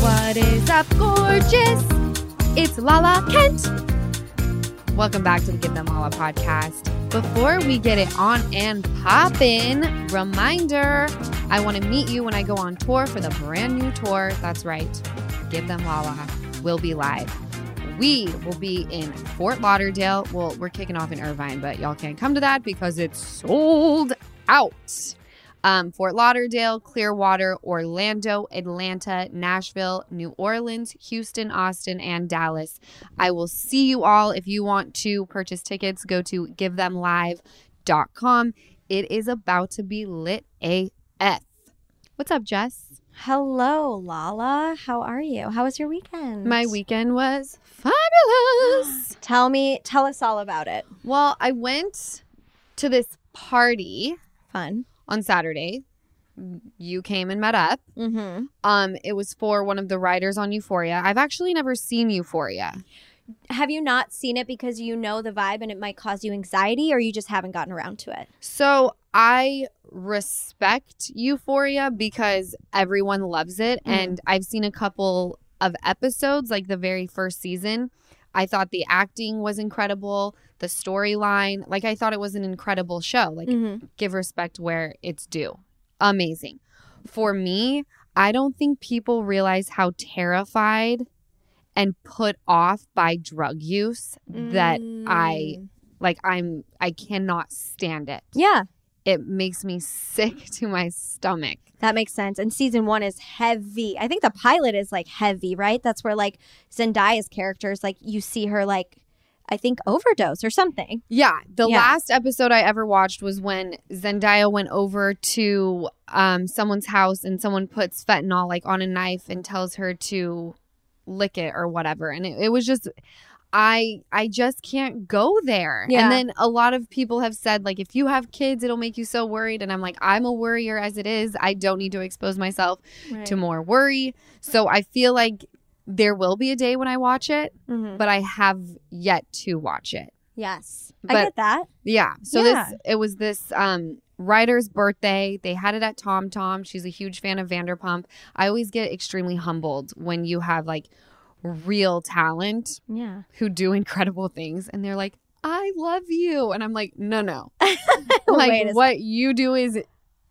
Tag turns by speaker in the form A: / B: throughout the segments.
A: What is up, gorgeous? It's Lala Kent. Welcome back to the Give Them Lala podcast. Before we get it on and poppin', reminder I want to meet you when I go on tour for the brand new tour. That's right, Give Them Lala. will be live. We will be in Fort Lauderdale. Well, we're kicking off in Irvine, but y'all can't come to that because it's sold out um, Fort Lauderdale, Clearwater, Orlando, Atlanta, Nashville, New Orleans, Houston, Austin, and Dallas. I will see you all. If you want to purchase tickets, go to givethemlive.com. It is about to be lit AF. What's up, Jess?
B: Hello, Lala. How are you? How was your weekend?
A: My weekend was fabulous.
B: Tell me, tell us all about it.
A: well, I went to this party
B: Fun.
A: on Saturday. You came and met up.
B: Mm-hmm.
A: Um, it was for one of the writers on Euphoria. I've actually never seen Euphoria.
B: Have you not seen it because you know the vibe and it might cause you anxiety, or you just haven't gotten around to it?
A: So I respect Euphoria because everyone loves it.
B: Mhm.
A: And I've seen a couple of episodes, like the very first season. I thought the acting was incredible, the storyline, like I thought it was an incredible show. Like
B: Mm-hmm.
A: give respect where it's due. Amazing. For me, I don't think people realize how terrified and put off by drug use that I like I'm I cannot stand it.
B: Mm. Yeah,
A: It makes me sick to my stomach.
B: that makes sense. And season one is heavy. I think the pilot is like heavy, right? That's where like Zendaya's character is like you see her like I think overdose or something.
A: Yeah, the
B: Yeah.
A: last episode I ever watched was when Zendaya went over to um, someone's house and someone puts fentanyl like on a knife and tells her to lick it or whatever, and it, it was just I I just can't go there.
B: Yeah.
A: And then a lot of people have said like if you have kids, it'll make you so worried, and I'm like I'm a worrier as it is. I don't need to expose myself to more worry, so I feel like there will be a day when I watch it,
B: Mhm.
A: but I have yet to watch it.
B: Yes, I
A: But-
B: get that.
A: Yeah. So
B: Yeah.
A: this it was this um writer's birthday. They had it at Tom Tom. She's a huge fan of Vanderpump. I always get extremely humbled when you have like real talent
B: Yeah,
A: who do incredible things and they're like, "I love you." And I'm like, "No, no."
B: Wait a
A: like what you do is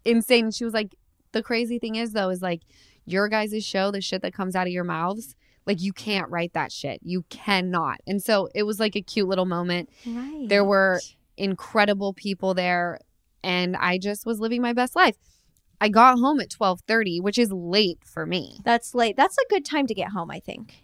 A: insane. And she was like, "The crazy thing is though is like your guys' show, the shit that comes out of your mouths, like you can't write that shit. You cannot." And so it was like a cute little moment
B: right.
A: There were- incredible people there and I just was living my best life. I got home at 12:30, which is late for me.
B: That's late. That's a good time to get home. I think.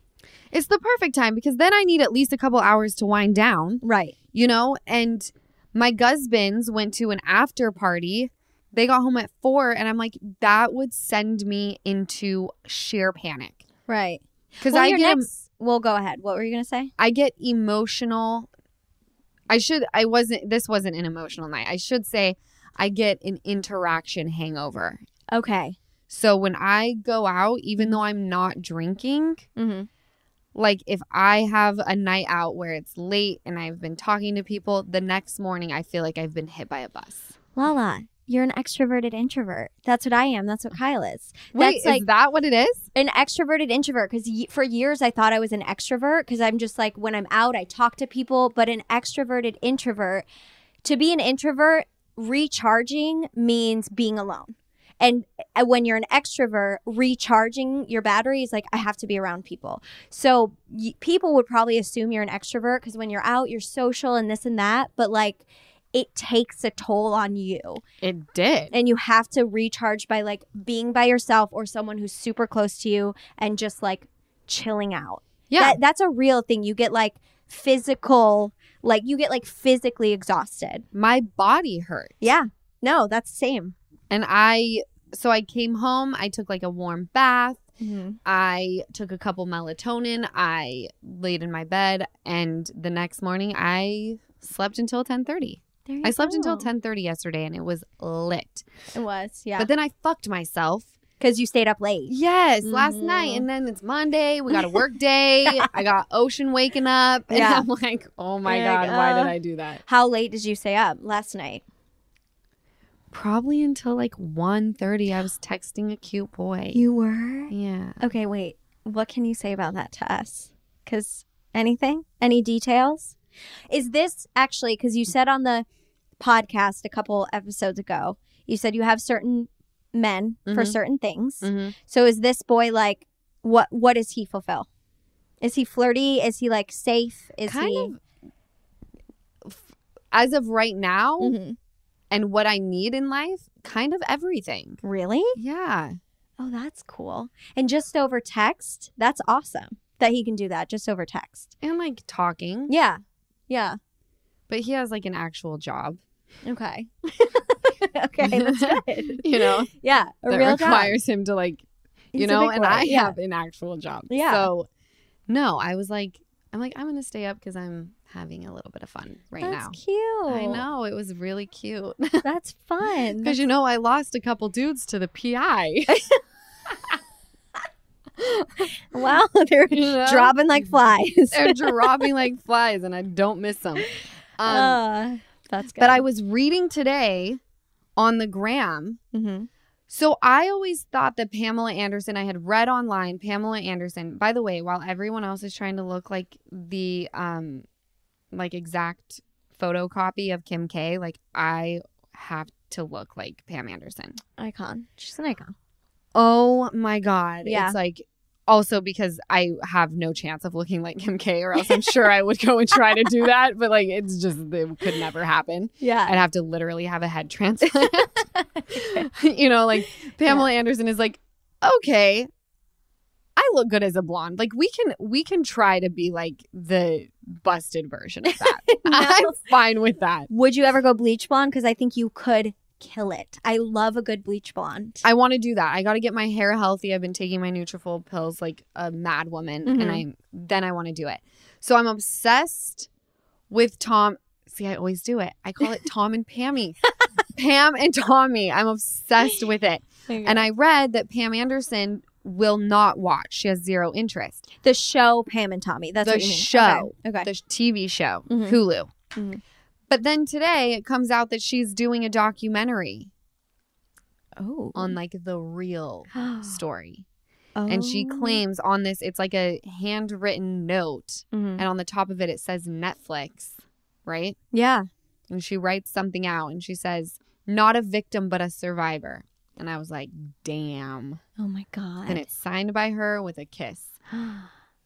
A: It's the perfect time because then I need at least a couple hours to wind down,
B: Right.
A: you know? And my husbands went to an after party. They got home at 4 and I'm like that would send me into sheer panic
B: Right.
A: cuz
B: Well,
A: I
B: your
A: get em-
B: next- Well, go ahead. What were you gonna say?
A: I get emotional. I should I wasn't this wasn't an emotional night. I should say I get an interaction hangover.
B: Okay.
A: So when I go out, even though I'm not drinking,
B: Mm-hmm.
A: like if I have a night out where it's late and I've been talking to people, the next morning I feel like I've been hit by a bus.
B: Lala, you're an extroverted introvert. That's what I am. That's what Kyle is.
A: Wait,
B: That's like
A: is that what it is?
B: an extroverted introvert because y- for years I thought I was an extrovert because I'm just like when I'm out I talk to people, but an extroverted introvert to be an introvert recharging means being alone. And uh, when you're an extrovert, recharging your battery is like, I have to be around people. So y- people would probably assume you're an extrovert because when you're out, you're social and this and that. But like, it takes a toll on you.
A: It did.
B: And you have to recharge by like being by yourself or someone who's super close to you and just like chilling out.
A: yeah.
B: That, that's a real thing. You get like physical, like, you get like physically exhausted.
A: my body hurt.
B: Yeah. No, that's same.
A: And I, so I came home, I took like a warm bath. I took a couple melatonin. I laid in my bed, and the next morning I slept until ten thirty.
B: There
A: I
B: you
A: slept until
B: go.
A: ten thirty yesterday, and it was lit.
B: It was, yeah.
A: But then I fucked myself.
B: Because you stayed up late.
A: Yes, last
B: Mhm.
A: night, and then it's Monday. We got a work day. I got Ocean waking up, and
B: Yeah.
A: I'm like, oh my
B: You're like,
A: god, why did
B: uh.
A: I do that?
B: How late did you stay up last night?
A: Probably until like 1.30, I was texting a cute boy.
B: You were?
A: yeah.
B: Okay, wait. What can you say about that to us? Because anything? Any details? Is this actually, because you said on the podcast a couple episodes ago, you said you have certain men for
A: Mhm.
B: certain things.
A: Mhm.
B: So is this boy like, what What does he fulfill? Is he flirty? Is he like safe? Is
A: Kind
B: he.
A: of. As of right now,
B: Mhm.
A: and what I need in life, kind of everything.
B: Really?
A: Yeah.
B: Oh, that's cool. And just over text, that's awesome that he can do that just over text.
A: And like talking.
B: Yeah. Yeah.
A: But he has like an actual job,
B: Okay. okay. That's good.
A: you know,
B: Yeah. A
A: that
B: real job.
A: requires him to like, you
B: He's a
A: know,
B: big
A: and
B: boy.
A: I
B: Yeah.
A: have an actual job.
B: Yeah.
A: So, no, I was like, I'm like, I'm going to stay up because I'm having a little bit of fun right
B: That's
A: now.
B: cute.
A: I know. It was really cute.
B: That's fun.
A: Because, you know, I lost a couple dudes to the PI.
B: wow. They're
A: You know?
B: dropping like flies.
A: They're dropping like flies, and I don't miss them. Um,
B: Uh, that's good.
A: But I was reading today on the gram.
B: hmm
A: So I always thought that Pamela Anderson, I had read online, Pamela Anderson, by the way, while everyone else is trying to look like the um like exact photocopy of Kim K, like I have to look like Pam Anderson.
B: icon. She's an icon.
A: Oh my god.
B: Yeah.
A: It's like also because I have no chance of looking like Kim K or else I'm sure I would go and try to do that, but like it's just it could never happen.
B: Yeah.
A: I'd have to literally have a head transplant. you know, like Pamela Anderson is like, okay, I look good as a blonde. Like we can we can try to be like the busted version of that. I'm fine with that.
B: Would you ever go bleach blonde? Because I think you could kill it. I love a good bleach blonde.
A: I want to do that. I got to get my hair healthy. I've been taking my Nutrafol pills like a mad woman,
B: Mhm.
A: and I then I want to do it. So I'm obsessed with Tom. See, I always do it. I call it Tom and Pammy, Pam and Tommy. I'm obsessed with it. And I read that Pam Anderson will not watch. She has zero interest.
B: The show Pam and Tommy. That's
A: The
B: what you mean. Okay.
A: show.
B: Okay.
A: The TV show,
B: Mhm.
A: Hulu.
B: Mhm.
A: But then today it comes out that she's doing a documentary
B: oh.
A: on like the real story. And she
B: Oh.
A: claims on this, it's like a handwritten note.
B: Mhm.
A: And on the top of it, it says Netflix, right?
B: Yeah.
A: And she writes something out and she says, not a victim, but a survivor. And I was like, damn.
B: Oh my god.
A: And it's signed by her with a kiss.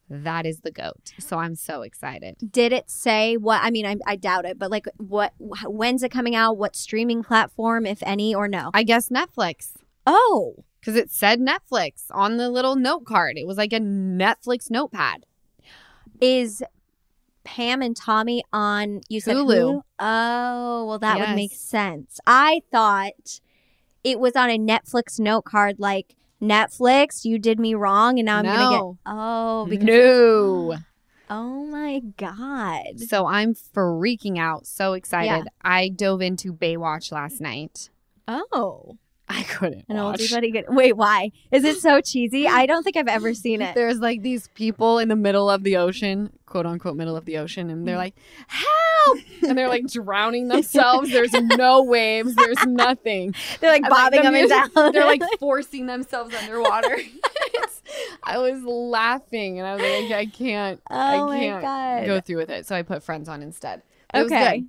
A: That is the goat. So I'm so excited.
B: Did it say what? I mean, I, I doubt it, but like, what? wh- When's it coming out? What streaming platform, if any, or no?
A: I guess Netflix.
B: oh,
A: Because it said Netflix on the little note card. It was like a Netflix notepad.
B: is Pam and Tommy on? You said
A: Hulu.
B: Hulu? Oh, well, that would
A: Yes.
B: make sense. I thought it was on a Netflix note card, like Netflix, you did me wrong, and now I'm gonna get.
A: No. Mm-hmm.
B: Oh, because
A: No.
B: oh my god.
A: So I'm freaking out. So excited.
B: Yeah.
A: I dove into Baywatch last night.
B: Oh,
A: I couldn't.
B: an
A: watch.
B: oldie buddy. Good. Wait, why? Is it so cheesy? I don't think I've ever seen it.
A: There's like these people in the middle of the ocean, quote unquote middle of the ocean, and they're like, help! And they're like drowning themselves. There's no waves, there's nothing.
B: They're like
A: And,
B: bobbing
A: the
B: them in
A: music-
B: down.
A: They're like forcing themselves underwater. It's- I was laughing and I was like, I can't,
B: oh
A: I
B: my
A: can't
B: god.
A: go through with it. So I put friends on instead. It was
B: okay.
A: good.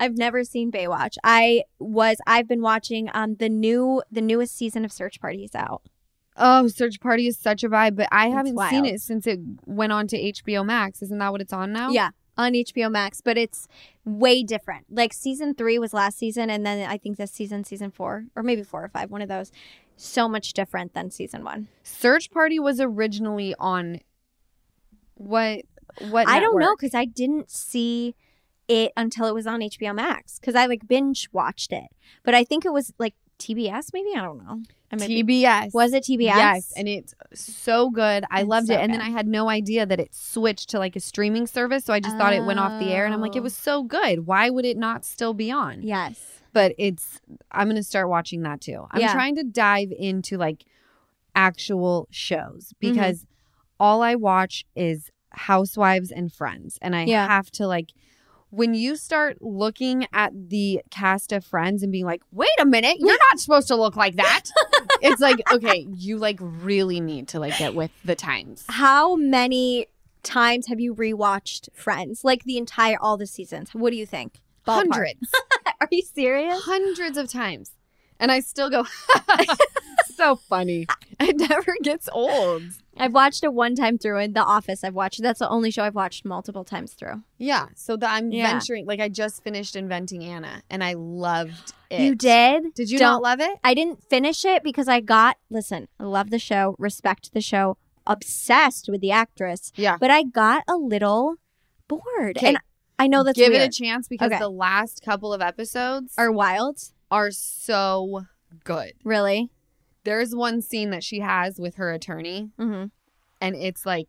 B: I've never seen Baywatch. I was I've been watching um the new the newest season of Search Party is out.
A: Oh, Search Party is such a vibe, but I
B: It's
A: haven't seen
B: wild.
A: it since it went on to HBO Max. Isn't that what it's on now?
B: Yeah, on HBO Max, but it's way different. Like season 3 was last season and then I think this season season 4 or maybe 4 or 5, one of those. So much different than season 1.
A: Search Party was originally on what what
B: I don't know
A: network?
B: because I didn't see it until it was on HBO Max because I like binge watched it. But I think it was like TBS, maybe I don't know. I might be-
A: TBS.
B: was it TBS?
A: Yes, and it's so good. I
B: It's
A: loved
B: so
A: it. And then
B: good.
A: I had no idea that it switched to like a streaming service, so I just thought it went off the air and I'm like
B: Oh.
A: it was so good. Why would it not still be on?
B: yes.
A: But it's I'm going to start watching that too. I'm
B: Yeah.
A: trying to dive into like actual shows
B: Mm-hmm.
A: because all I watch is housewives and friends and I
B: Yeah.
A: have to like when you start looking at the cast of friends and being like, wait a minute, you're not supposed to look like that. it's like, okay, you like really need to like get with the times.
B: How many times have you rewatched Friends? Like the entire all the seasons. What do you think? Ballpark.
A: Hundreds,
B: Are you serious?
A: hundreds of times. And I still go, so funny. It never gets old.
B: I've watched it one time through in The Office. I've watched that's the only show I've watched multiple times through.
A: Yeah. So that I'm
B: Yeah.
A: venturing, like I just finished inventing Anna and I loved it.
B: You did?
A: Did you
B: Don't-
A: not love it?
B: I didn't finish it because I got listen, I love the show, respect the show, obsessed with the actress,
A: Yeah.
B: but I got a little bored.
A: Okay.
B: And I know that's
A: give
B: weird.
A: it a chance because
B: Okay.
A: the last couple of episodes are
B: Are wild,
A: are so good.
B: really?
A: There's one scene that she has with her attorney,
B: Mm-hmm.
A: and it's like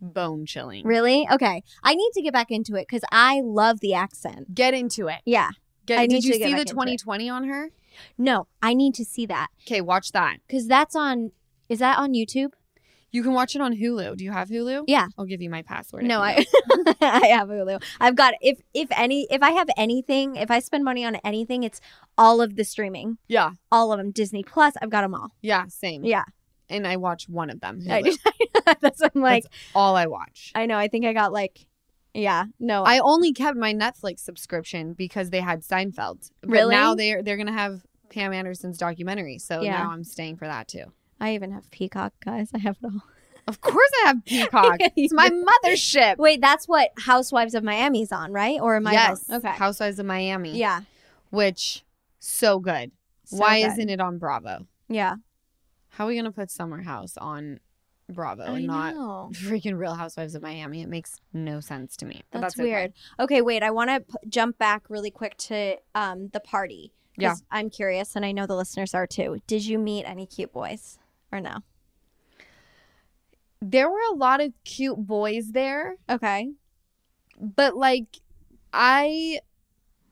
A: bone chilling.
B: Really? Okay. I need to get back into it because I love the accent.
A: Get into it.
B: Yeah.
A: Get,
B: I
A: did
B: need
A: you
B: to get
A: see
B: back
A: the
B: into it.
A: 2020 on her?
B: No, I need to see that
A: Okay, watch that.
B: because that's on. Is that on YouTube?
A: You can watch it on Hulu. Do you have Hulu?
B: Yeah.
A: I'll give you my password. if you
B: No, I
A: don't.
B: I have Hulu. I've got if if any if I have anything if I spend money on anything it's all of the streaming
A: Yeah,
B: all of them Disney Plus I've got them all.
A: yeah, same.
B: Yeah,
A: And I watch one of them.
B: I-
A: Hulu.
B: that's what I'm like.
A: All I watch.
B: I know. I think I got like yeah no
A: I only kept my Netflix subscription because they had Seinfeld. But
B: Really?
A: now they're they're gonna have Pam Anderson's documentary, so
B: Yeah.
A: now I'm staying for that too.
B: I even have Peacock guys I have it all.
A: Of course I have Peacock. it's my mothership.
B: Wait, that's what Housewives of Miami's on, right? Or am I wrong?
A: yes.
B: Okay.
A: Housewives of Miami.
B: yeah.
A: Which so good.
B: So
A: Why
B: good.
A: isn't it on Bravo?
B: Yeah.
A: How are we gonna put Summer House on Bravo
B: I
A: and not
B: know.
A: freaking Real Housewives of Miami? It makes no sense to me. But
B: That's,
A: okay.
B: weird. Okay, wait. I want to p- jump back really quick to um, the party. 'cause I'm curious, and I know the listeners are too. Did you meet any cute boys or no?
A: There were a lot of cute boys there.
B: Okay.
A: but like i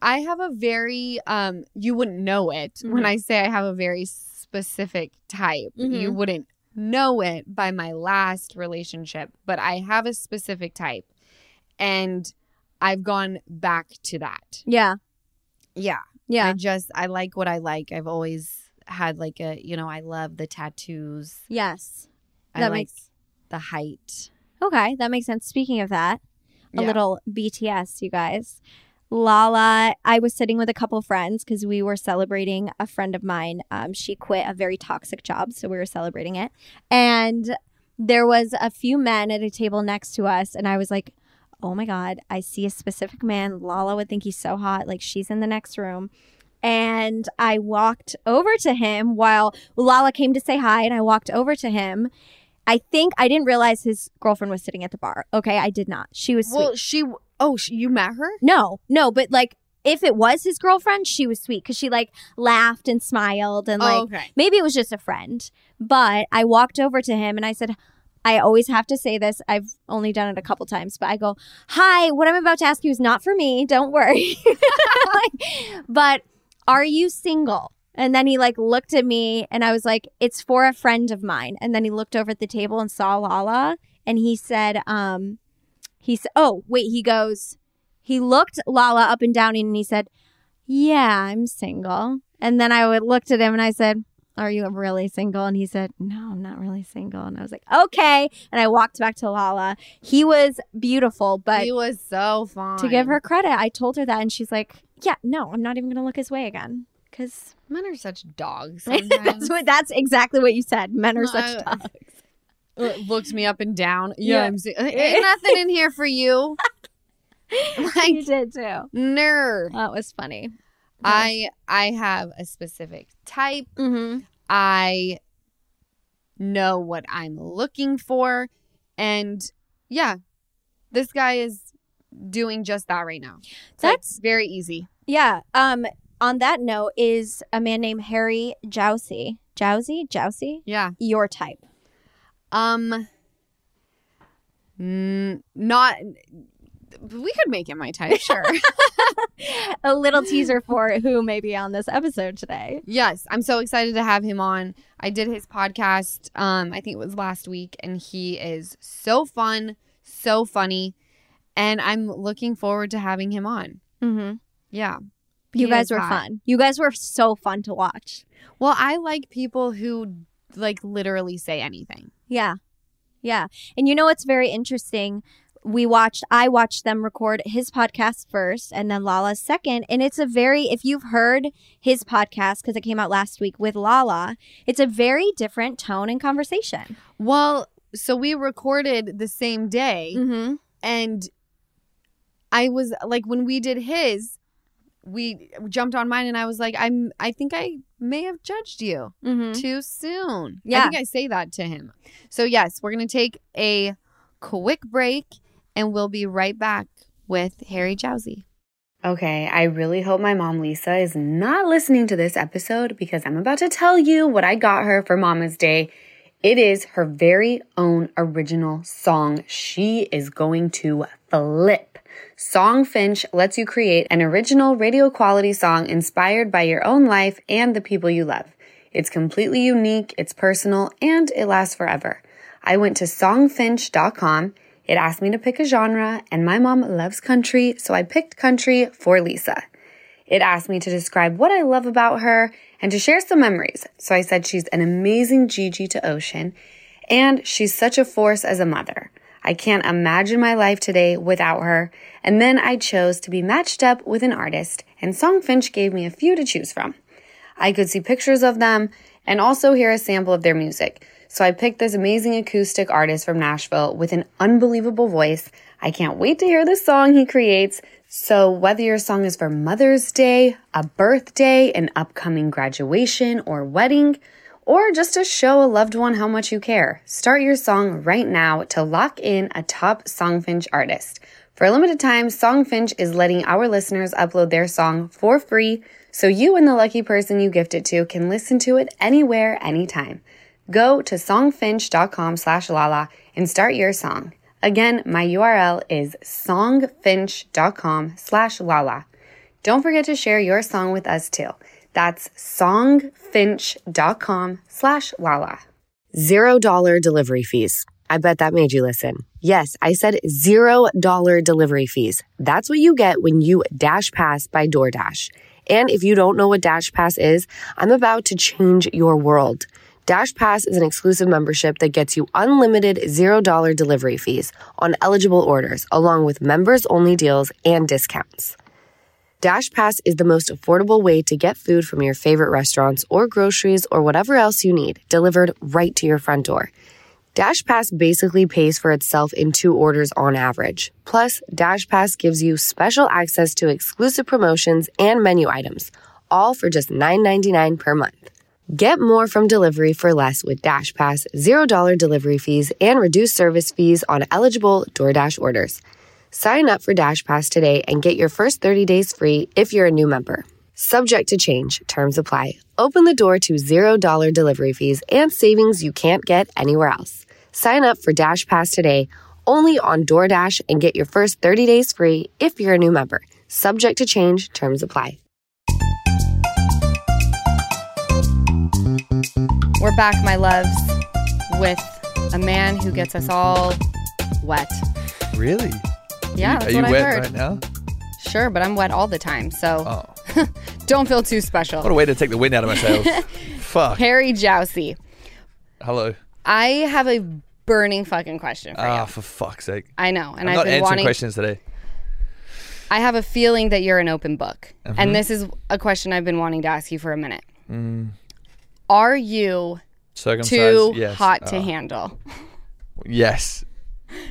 A: i have a very um you wouldn't know it when
B: Mhm.
A: i say i have a very specific type you
B: Mhm.
A: wouldn't know it by my last relationship but i have a specific type and i've gone back to that
B: Yeah.
A: yeah i
B: Yeah.
A: just i like what i like i've always had like a you know i love the tattoos
B: yes.
A: i
B: That
A: like
B: makes-
A: the height
B: Okay, that makes sense. Speaking of that, a
A: Yeah.
B: little BTS, you guys. Lala, I was sitting with a couple friends because we were celebrating a friend of mine. Um, she quit a very toxic job, so we were celebrating it. And there was a few men at a table next to us, and I was like, "Oh my god, I see a specific man. Lala would think he's so hot. Like she's in the next room." And I walked over to him while Lala came to say hi, and I walked over to him. I think I didn't realize his girlfriend was sitting at the bar. Okay, I did not. She was sweet.
A: well she oh she, you met her
B: No, no, but like if it was his girlfriend, she was sweet because she like laughed and smiled and like
A: oh, okay
B: maybe it was just a friend. But I walked over to him and I said, I always have to say this. I've only done it a couple times, but I go, Hi, what I'm about to ask you is not for me. Don't worry. Like, but are you single? And then he like looked at me and I was like, It's for a friend of mine. And then he looked over at the table and saw Lala and he said, um, he said, Oh, wait, he goes, he looked Lala up and down and he said, Yeah, I'm single. And then I would- looked at him and I said, Are you really single? And he said, No, I'm not really single. And I was like, Okay. And I walked back to Lala. He was beautiful, but
A: he was so fun
B: to give her credit, I told her that and she's like, Yeah, no, I'm not even gonna look his way again because
C: Men are such dogs.
B: that's
C: Sometimes.
B: what that's exactly what you said. Men are
C: No,
B: such
C: I-
B: dogs.
C: Uh, looks me up and down. Yeah,
B: Yeah.
C: I'm see- ain't nothing in here for you.
B: you
C: Like
B: did too.
C: nerve.
B: That was funny.
C: I I have a specific type.
B: Mm-hmm.
C: I know what I'm looking for. And yeah, this guy is doing just that right now. It's like,
B: That's-
C: very easy.
B: Yeah. Um. On that note, is a man named Harry Jowsey. Jowsey. Jowsey.
C: Yeah.
B: Your type.
C: Um n- not we could make it my type, sure.
B: A little teaser for who may be on this episode today.
C: yes, I'm so excited to have him on. I did his podcast um I think it was last week and he is so fun, so funny, and I'm looking forward to having him on.
B: Mm-hmm.
C: Yeah.
B: You
C: He
B: guys
C: is
B: were
C: hot.
B: fun. You guys were so fun to watch.
C: Well, I like people who like literally say anything.
B: Yeah. Yeah. And you know what's very interesting? We watched, I watched them record his podcast first and then Lala's second. And it's a very, if you've heard his podcast, because it came out last week with Lala, it's a very different tone and conversation.
C: Well, so we recorded the same day
B: Mm-hmm.
C: and I was like when we did his we jumped on mine and I was like I'm I think I may have judged you
B: Mm-hmm.
C: too soon. I
B: Yeah.
C: think I say that to him. So yes, we're going to take a quick break and we'll be right back with Harry Jowsey.
A: Okay, I really hope my mom Lisa is not listening to this episode because I'm about to tell you what I got her for Mama's Day. It is her very own original song. She is going to flip. Songfinch lets you create an original radio quality song inspired by your own life and the people you love. It's completely unique, it's personal, and it lasts forever. I went to songfinch.com. It asked me to pick a genre, and my mom loves country, so I picked country for Lisa. It asked me to describe what I love about her and to share some memories. So I said she's an amazing Gigi to Ocean, and she's such a force as a mother. I can't imagine my life today without her. And then I chose to be matched up with an artist, and Songfinch gave me a few to choose from. I could see pictures of them and also hear a sample of their music. So I picked this amazing acoustic artist from Nashville with an unbelievable voice. I can't wait to hear the song he creates. So whether your song is for Mother's Day, a birthday, an upcoming graduation or wedding, or just to show a loved one how much you care, start your song right now to lock in a top Songfinch artist. For a limited time, Songfinch is letting our listeners upload their song for free so you and the lucky person you gift it to can listen to it anywhere, anytime. Go to songfinch.com slash lala and start your song. Again, my URL is songfinch.com slash lala. Don't forget to share your song with us too. That's songfinch.com slash lala. Zero dollar delivery fees. I bet that made you listen. Yes, I said zero dollar delivery fees. That's what you get when you dash pass by DoorDash. And if you don't know what Dash Pass is, I'm about to change your world. Dash Pass is an exclusive membership that gets you unlimited $0 delivery fees on eligible orders, along with members only deals and discounts. Dash Pass is the most affordable way to get food from your favorite restaurants or groceries or whatever else you need delivered right to your front door. Dash Pass basically pays for itself in two orders on average. Plus, Dash Pass gives you special access to exclusive promotions and menu items, all for just $9.99 per month. Get more from delivery for less with Dash Pass, $0 delivery fees, and reduced service fees on eligible DoorDash orders. Sign up for Dash Pass today and get your first 30 days free if you're a new member. Subject to change, terms apply. Open the door to $0 delivery fees and savings you can't get anywhere else. Sign up for Dash Pass today only on DoorDash and get your first 30 days free if you're a new member. Subject to change, terms apply.
C: We're back, my loves, with a man who gets us all wet.
D: Really?
C: Yeah,
D: Are
C: that's
D: you
C: what I
D: wet
C: heard.
D: right now?
C: Sure, but I'm wet all the time, so
D: Oh,
C: don't feel too
D: what a
C: special.
D: way to take the wind out of my sails. Fuck.
C: Harry Jowsey,
D: Hello.
C: I have a burning fucking question for
D: Ah,
C: you.
D: for fuck's sake.
C: I know, and have
D: I'm not
C: been
D: answering
C: wanting.
D: questions today.
E: I have a feeling that you're an open book.
D: Mm-hmm.
E: And this is a question I've been wanting to ask you for a minute. Are you
D: Mm.
E: too
D: Circumcised. yes.
E: hot to
D: Oh,
E: handle?
D: Yes.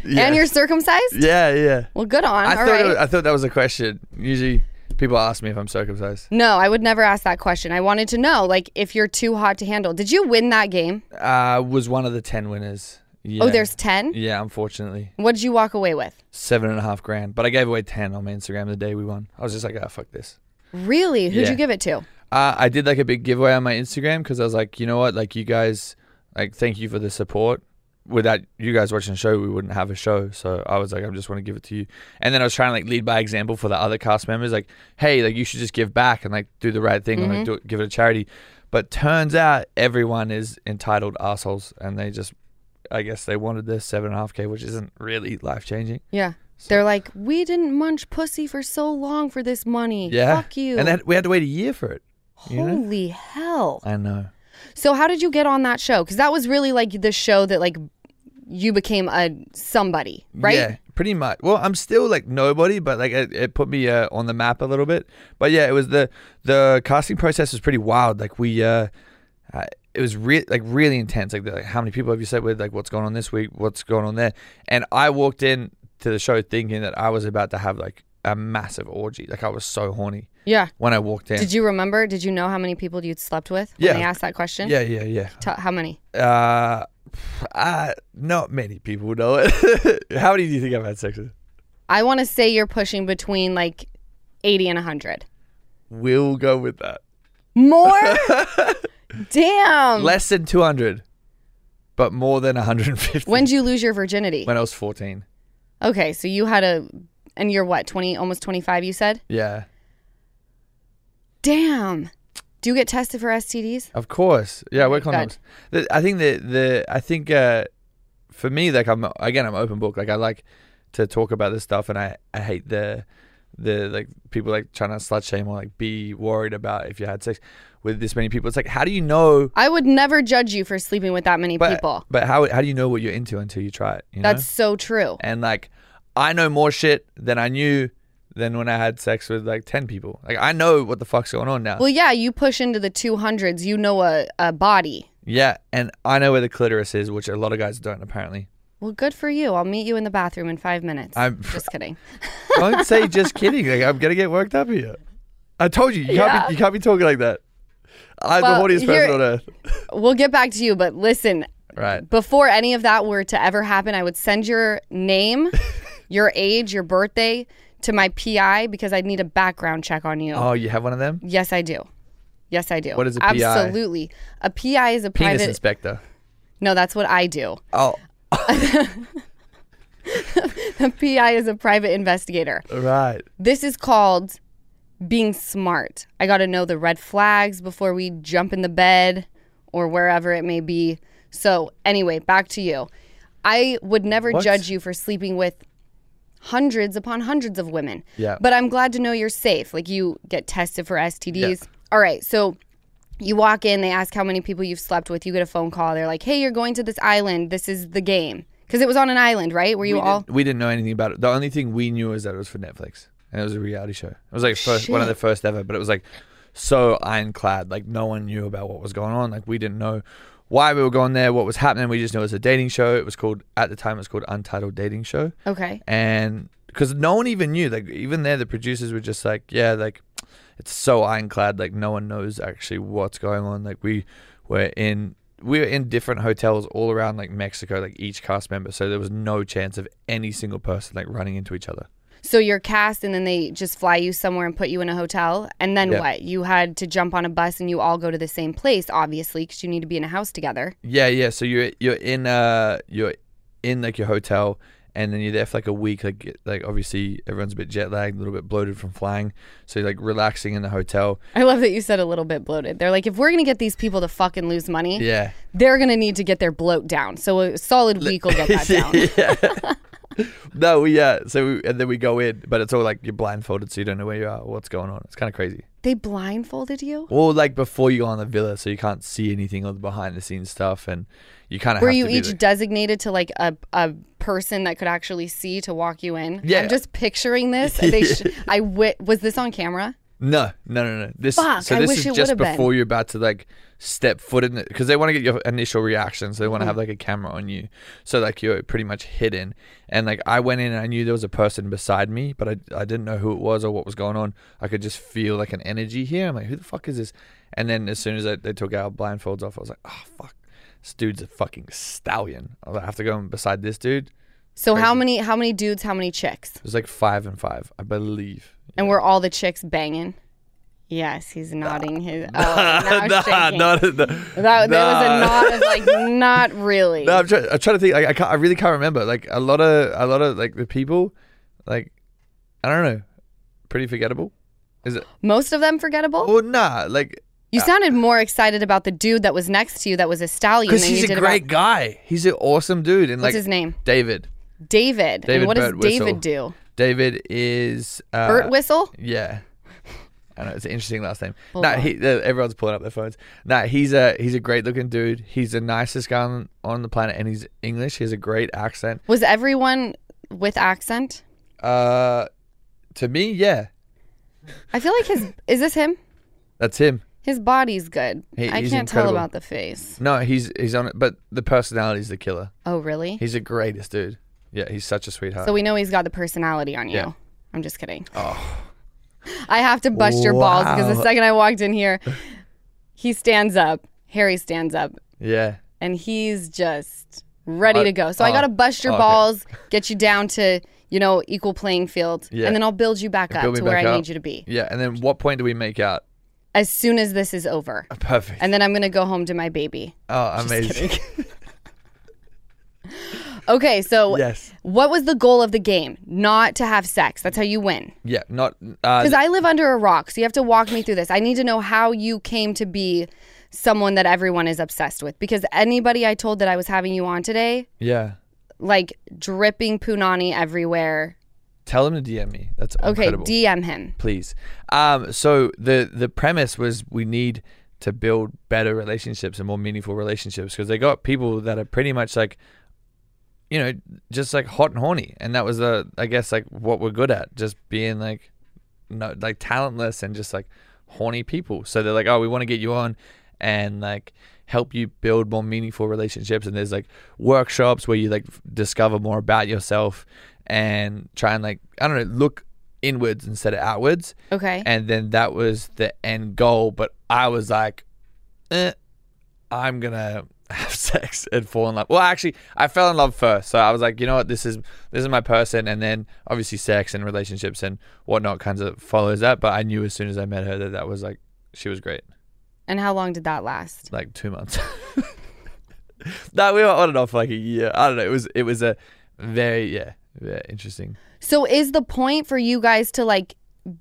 E: And
D: Yes.
E: you're circumcised?
D: Yeah, yeah.
E: Well, good on.
D: I
E: all
D: thought
E: right.
D: it was- I thought that was a question. Usually, people ask me if I'm circumcised.
E: no, I would never ask that question. I wanted to know, like, if you're too hot to handle. Did you win that game?
D: I Uh, was one of the ten winners. Yeah.
E: Oh, there's 10?
D: Yeah, unfortunately,
E: What did you walk away with?
D: seven and a half grand. But I gave away ten on my Instagram the day we won. I was just like, ah, fuck this.
E: Really? Who'd
D: Yeah.
E: you give it to?
D: Uh, I did like a big giveaway on my Instagram because I was like, you know what, like you guys, like thank you for the support. Without you guys watching the show, we wouldn't have a show. So I was like, I just want to give it to you. And then I was trying to like lead by example for the other cast members, like, hey, like you should just give back and like do the right thing and
E: Mm-hmm.
D: like do it, give it a charity. But turns out everyone is entitled assholes, and they just, I guess they wanted their seven and a half k, which isn't really life changing.
E: Yeah. They're like, we didn't munch pussy for so long for this money.
D: Yeah,
E: Fuck you.
D: And then we had to wait a year for it. you know?
E: Holy hell.
D: I know.
E: So how did you get on that show? Because that was really like the show that like you became a somebody, right?
D: Yeah, pretty much. Well, I'm still like nobody, but like it, it put me uh, on the map a little bit. But yeah, it was the the casting process was pretty wild. Like we, uh, uh it was re- like really intense. Like, they're like how many people have you set with? Like what's going on this week? What's going on there? And I walked in to the show thinking that I was about to have like a massive orgy. Like I was so horny
E: Yeah.
D: when I walked in.
E: Did you remember? Did you know how many people you'd slept with when
D: Yeah.
E: they asked that question?
D: Yeah, yeah, yeah.
E: T- how many?
D: Uh, uh, not many people know it. how many do you think I've had sex with?
E: I want to say you're pushing between like 80 and 100.
D: We'll go with that.
E: More? Damn.
D: less than 200 but more than 150
E: when did you lose your virginity?
D: when i was 14
E: okay, so you had a and you're what? 20 almost 25 you said?
D: yeah
E: Damn. Do you get tested for STDs?
D: of course yeah we're
E: Okay, good.
D: condoms The- i think the the i think uh for me like i'm again i'm open book like i like to talk about this stuff and i i hate the the like people like trying to slut shame or like be worried about if you had sex with this many people it's like how do you know
E: I would never judge you for sleeping with that many
D: but,
E: people.
D: but how how do you know what you're into until you try it you know?
E: That's so true.
D: and like I know more shit than I knew than when I had sex with like ten people. Like I know what the fuck's going on now.
E: Well, yeah, you push into the 200s, you know a, a body.
D: yeah, and I know where the clitoris is, which a lot of guys don't apparently.
E: Well, good for you. I'll meet you in the bathroom in five minutes.
D: I'm-
E: just kidding.
D: Don't say just kidding. Like I'm gonna get worked up here. I told you you can't be you can't be talking like that. I'm
E: Well,
D: the horniest
E: you're-
D: person on earth.
E: We'll get back to you, but listen,
D: Right.
E: before any of that were to ever happen, I would send your name, your age, your birthday to my PI because I'd need a background check on you.
D: Oh, you have one of them?
E: Yes, I do. Yes, I do.
D: What is a PI?
E: Absolutely. A PI is a
D: Penis
E: private.
D: inspector.
E: no, that's what I do.
D: Oh,
E: A PI is a private investigator.
D: right.
E: This is called being smart. I got to know the red flags before we jump in the bed or wherever it may be. So, anyway, back to you. I would never
D: What?
E: judge you for sleeping with hundreds upon hundreds of women.
D: Yeah.
E: But I'm glad to know you're safe. Like you get tested for STDs. All right. So, you walk in, they ask how many people you've slept with. You get a phone call. They're like, "Hey, you're going to this island. This is the game." Cuz it was on an island, right? Were you
D: we
E: all
D: Didn't, we didn't know anything about it. The only thing we knew is that it was for Netflix, and it was a reality show. It was like first, one of the first ever, but it was like so ironclad. Like no one knew about what was going on. Like we didn't know why we were going there, what was happening. We just knew it was a dating show. It was called at the time it was called Untitled Dating Show,
E: Okay.
D: and because no one even knew. Like even there, the producers were just like, yeah, like it's so ironclad. Like no one knows actually what's going on. Like we were in we were in different hotels all around like Mexico, like each cast member. So there was no chance of any single person like running into each other.
E: So you're cast, and then they just fly you somewhere and put you in a hotel. And then
D: Yeah.
E: what? You had to jump on a bus, and you all go to the same place, obviously, because you need to be in a house together.
D: Yeah, yeah. So you're you're in uh you're in like your hotel, and then you're there for like a week. Like get- like obviously everyone's a bit jet lagged, a little bit bloated from flying. So you're like relaxing in the hotel.
E: I love that you said a little bit bloated. They're like, if we're gonna get these people to fucking lose money,
D: Yeah.
E: they're gonna need to get their bloat down. So a solid week will get that down.
D: yeah. no, we yeah. So we, and then we go in, but it's all like you're blindfolded, so you don't know where you are, what's going on. It's kind of crazy.
E: They blindfolded you?
D: Well, like before you go on the villa, so you can't see anything of the behind the scenes stuff, and you kind of
E: Were
D: have
E: you
D: to be
E: each
D: there.
E: designated to like a, a person that could actually see to walk you in?
D: Yeah.
E: I'm just picturing this. They sh- I wi- was this on camera?
D: No, no, no, no. This
E: Fuck,
D: so
E: I
D: this
E: wish
D: is
E: it
D: just
E: would've been.
D: before you're about to like step foot in because they want to get your initial reaction, so they want to have
E: Mm-hmm.
D: like a camera on you, so like you're pretty much hidden. And like I went in and I knew there was a person beside me, but I I didn't know who it was or what was going on. I could just feel like an energy here. I'm like, who the fuck is this? And then as soon as I, they took our blindfolds off, I was like, oh fuck, this dude's a fucking stallion. I was like, I have to go in beside this dude.
E: So how many how many dudes, how many chicks?
D: It was like five and five, I believe.
E: And were all the chicks banging? Yes, he's nodding his oh, now
D: Nah, not-
E: shaking.
D: nah.
E: that,
D: Nah.
E: that was a nod of like not really.
D: No, I'm trying. I'm trying to think. Like, I can't, I really can't remember. Like a lot of a lot of like the people, like I don't know, pretty forgettable. Is it?
E: Most of them forgettable?
D: Well, nah. Like
E: You sounded more excited about the dude that was next to you that was a stallion
D: because
E: than you
D: he's
E: did
D: a great
E: about
D: guy. He's an awesome dude. And
E: what's
D: like
E: his name?
D: David.
E: David.
D: David
E: and what does
D: Bert Whistle.
E: David do?
D: David is uh,
E: Bert Whistle?
D: Yeah. I know it's an interesting last name. Nah, he, uh, everyone's pulling up their phones. Nah, he's a he's a great looking dude. He's the nicest guy on, on the planet, and he's English. He has a great accent.
E: Was everyone with accent?
D: Uh, to me, yeah,
E: I feel like his is this him?
D: that's him.
E: His body's good.
D: He-
E: I
D: he's
E: can't tell
D: incredible.
E: about the face.
D: No, he's he's on it, but the personality's the killer.
E: Oh really?
D: He's the greatest dude. Yeah, he's such a sweetheart.
E: so we know he's got the personality on you.
D: Yeah.
E: I'm just kidding. Oh. I have to bust your balls because the
D: Wow.
E: second I walked in here, he stands up. Harry stands up.
D: yeah,
E: and he's just ready
D: I-
E: to go. So I
D: oh,
E: gotta bust your
D: okay.
E: balls, get you down to you know equal playing field,
D: Yeah.
E: and then I'll build you back up
D: build me
E: to where
D: back
E: I
D: up.
E: need you to be
D: yeah. And then what point do we make out?
E: as soon as this is over.
D: Perfect.
E: And then I'm gonna go home to my baby.
D: oh, amazing.
E: Okay, so
D: yes.
E: what was the goal of the game? Not to have sex. That's how you win.
D: Yeah. Not.
E: Because
D: Uh,
E: I live under a rock, so you have to walk me through this. I need to know how you came to be someone that everyone is obsessed with. Because anybody I told that I was having you on today,
D: yeah.
E: like dripping punani everywhere.
D: Tell him to DM me. That's
E: Okay,
D: incredible.
E: DM him.
D: please. Um, so the the premise was we need to build better relationships and more meaningful relationships because they got people that are pretty much like, you know, just like hot and horny, and that was the I guess like what we're good at, just being like, no, like talentless and just like horny people. So they're like, oh, we want to get you on, and like help you build more meaningful relationships and there's like workshops where you like f- discover more about yourself and try and like i don't know look inwards instead of outwards.
E: Okay.
D: And then that was the end goal. But I was like, eh, I'm going to have sex and fall in love. Well, actually, I fell in love first. So I was like, you know what? This is this is my person. And then obviously sex and relationships and whatnot kinds of follows that. But I knew as soon as I met her that that was like, she was great.
E: And how long did that last?
D: Like two months. no, we were on and off for like a year. I don't know. It was it was a very, yeah, very interesting.
E: So is the point for you guys to like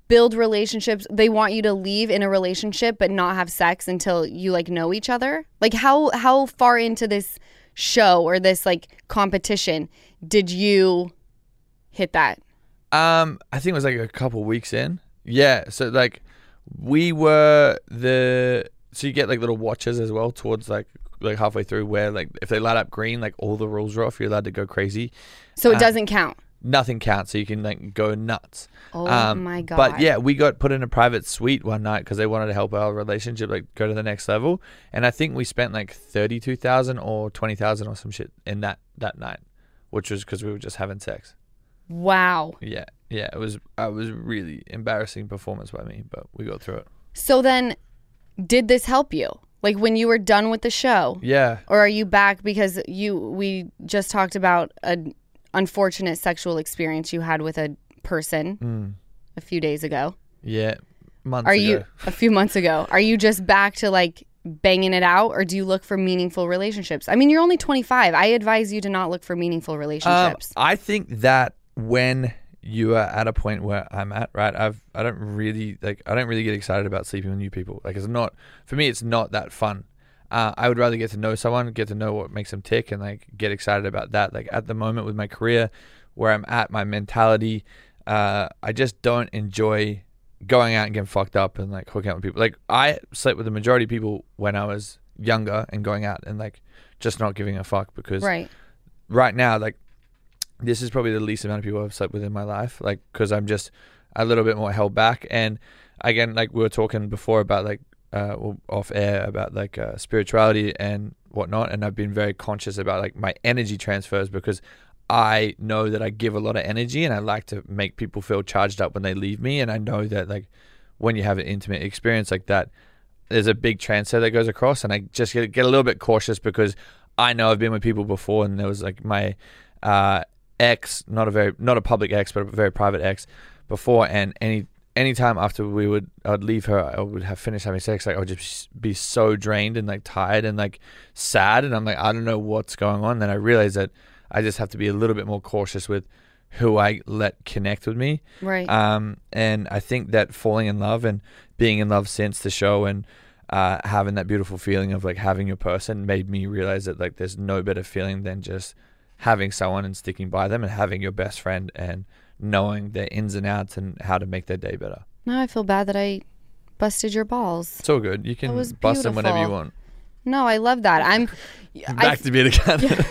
E: build relationships? They want you to leave in a relationship but not have sex until you like know each other? Like how how far into this show or this like competition did you hit that?
D: Um, I think it was like a couple weeks in. Yeah, so like we were the so you get like little watches as well towards like like halfway through where like if they light up green, like all the rules are off. You're allowed to go crazy.
E: So it
D: Uh,
E: doesn't count.
D: Nothing counts, so you can like go nuts. Um,
E: Oh my god.
D: But yeah, we got put in a private suite one night because they wanted to help our relationship like go to the next level. And I think we spent like thirty two thousand or twenty thousand or some shit in that that night, which was because we were just having sex.
E: Wow.
D: Yeah, yeah, it was. I was really embarrassing performance by me, but we got through it.
E: So then did this help you? Like when you were done with the show?
D: Yeah,
E: or are you back because you we just talked about an unfortunate sexual experience you had with a person a few days ago
D: yeah. Months
E: are
D: ago.
E: you a few months ago are you just back to like banging it out or do you look for meaningful relationships i mean you're only 25 i advise you to not look for meaningful
D: Um,
E: relationships
D: I think that when you are at a point where I'm at, right? I've I don't really like I don't really get excited about sleeping with new people. Like it's not for me. It's not that fun. Uh, I would rather get to know someone, get to know what makes them tick, and like get excited about that. Like at the moment with my career, where I'm at, my mentality. Uh, I just don't enjoy going out and getting fucked up and like hooking up with people. Like I slept with the majority of people when I was younger and going out and like just not giving a fuck because
E: Right.
D: right now, like, this is probably the least amount of people I've slept with in my life, like, because I'm just a little bit more held back. And again, like, we were talking before about, like, uh, well, off air about, like, uh, spirituality and whatnot. And I've been very conscious about, like, my energy transfers because I know that I give a lot of energy and I like to make people feel charged up when they leave me. And I know that, like, when you have an intimate experience like that, there's a big transfer that goes across, and I just get, get a little bit cautious because I know I've been with people before, and there was like my uh, ex, not a very not a public ex, but a very private ex before, and any any time after we would I'd leave her, I would have finished having sex, like I would just be so drained and like tired and like sad, and I'm like I don't know what's going on. Then I realized that I just have to be a little bit more cautious with who I let connect with me.
E: Right.
D: Um, and I think that falling in love and being in love since the show and uh, having that beautiful feeling of like having your person made me realize that like there's no better feeling than just having someone and sticking by them and having your best friend and knowing their ins and outs and how to make their day better.
E: now I feel bad that I busted your balls.
D: It's all good. You can
E: was
D: bust them whenever you
E: beautiful.
D: want.
E: No, I love that. I'm I,
D: Back to being a cat.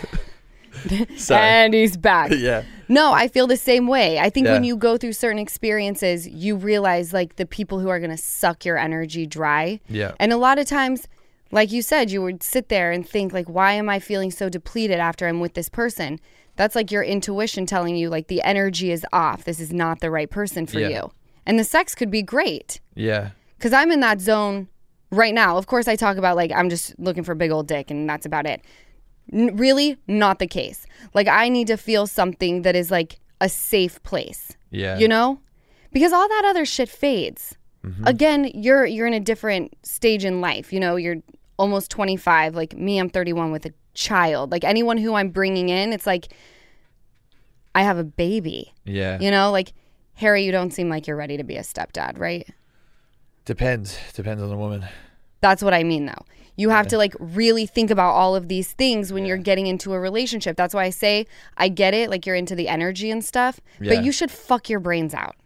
D: Sorry.
E: and he's back.
D: yeah.
E: No, I feel the same way. I think when
D: Yeah.
E: you go through certain experiences, you realize like the people who are going to suck your energy dry.
D: Yeah.
E: And a lot of times, like you said, you would sit there and think like why am I feeling so depleted after I'm with this person? That's like your intuition telling you like the energy is off. This is not the right person for
D: Yeah.
E: you. And the sex could be great
D: Yeah.
E: because I'm in that zone right now. Of course, I talk about like I'm just looking for big old dick and that's about it. N- really, not the case. Like, I need to feel something that is like a safe place,
D: Yeah.
E: you know? Because all that other shit fades. Again, you're you're in a different stage in life. You know, you're almost 25. Like me, I'm 31 with a child. Like anyone who I'm bringing in, it's like I have a baby.
D: Yeah.
E: You know, like Harry, you don't seem like you're ready to be a stepdad, right?
D: Depends. Depends on the woman.
E: That's what I mean, though. You have to like really think about all of these things when you're getting into a relationship. That's why I say I get it, like you're into the energy and stuff,
D: Yeah.
E: but you should fuck your brains out.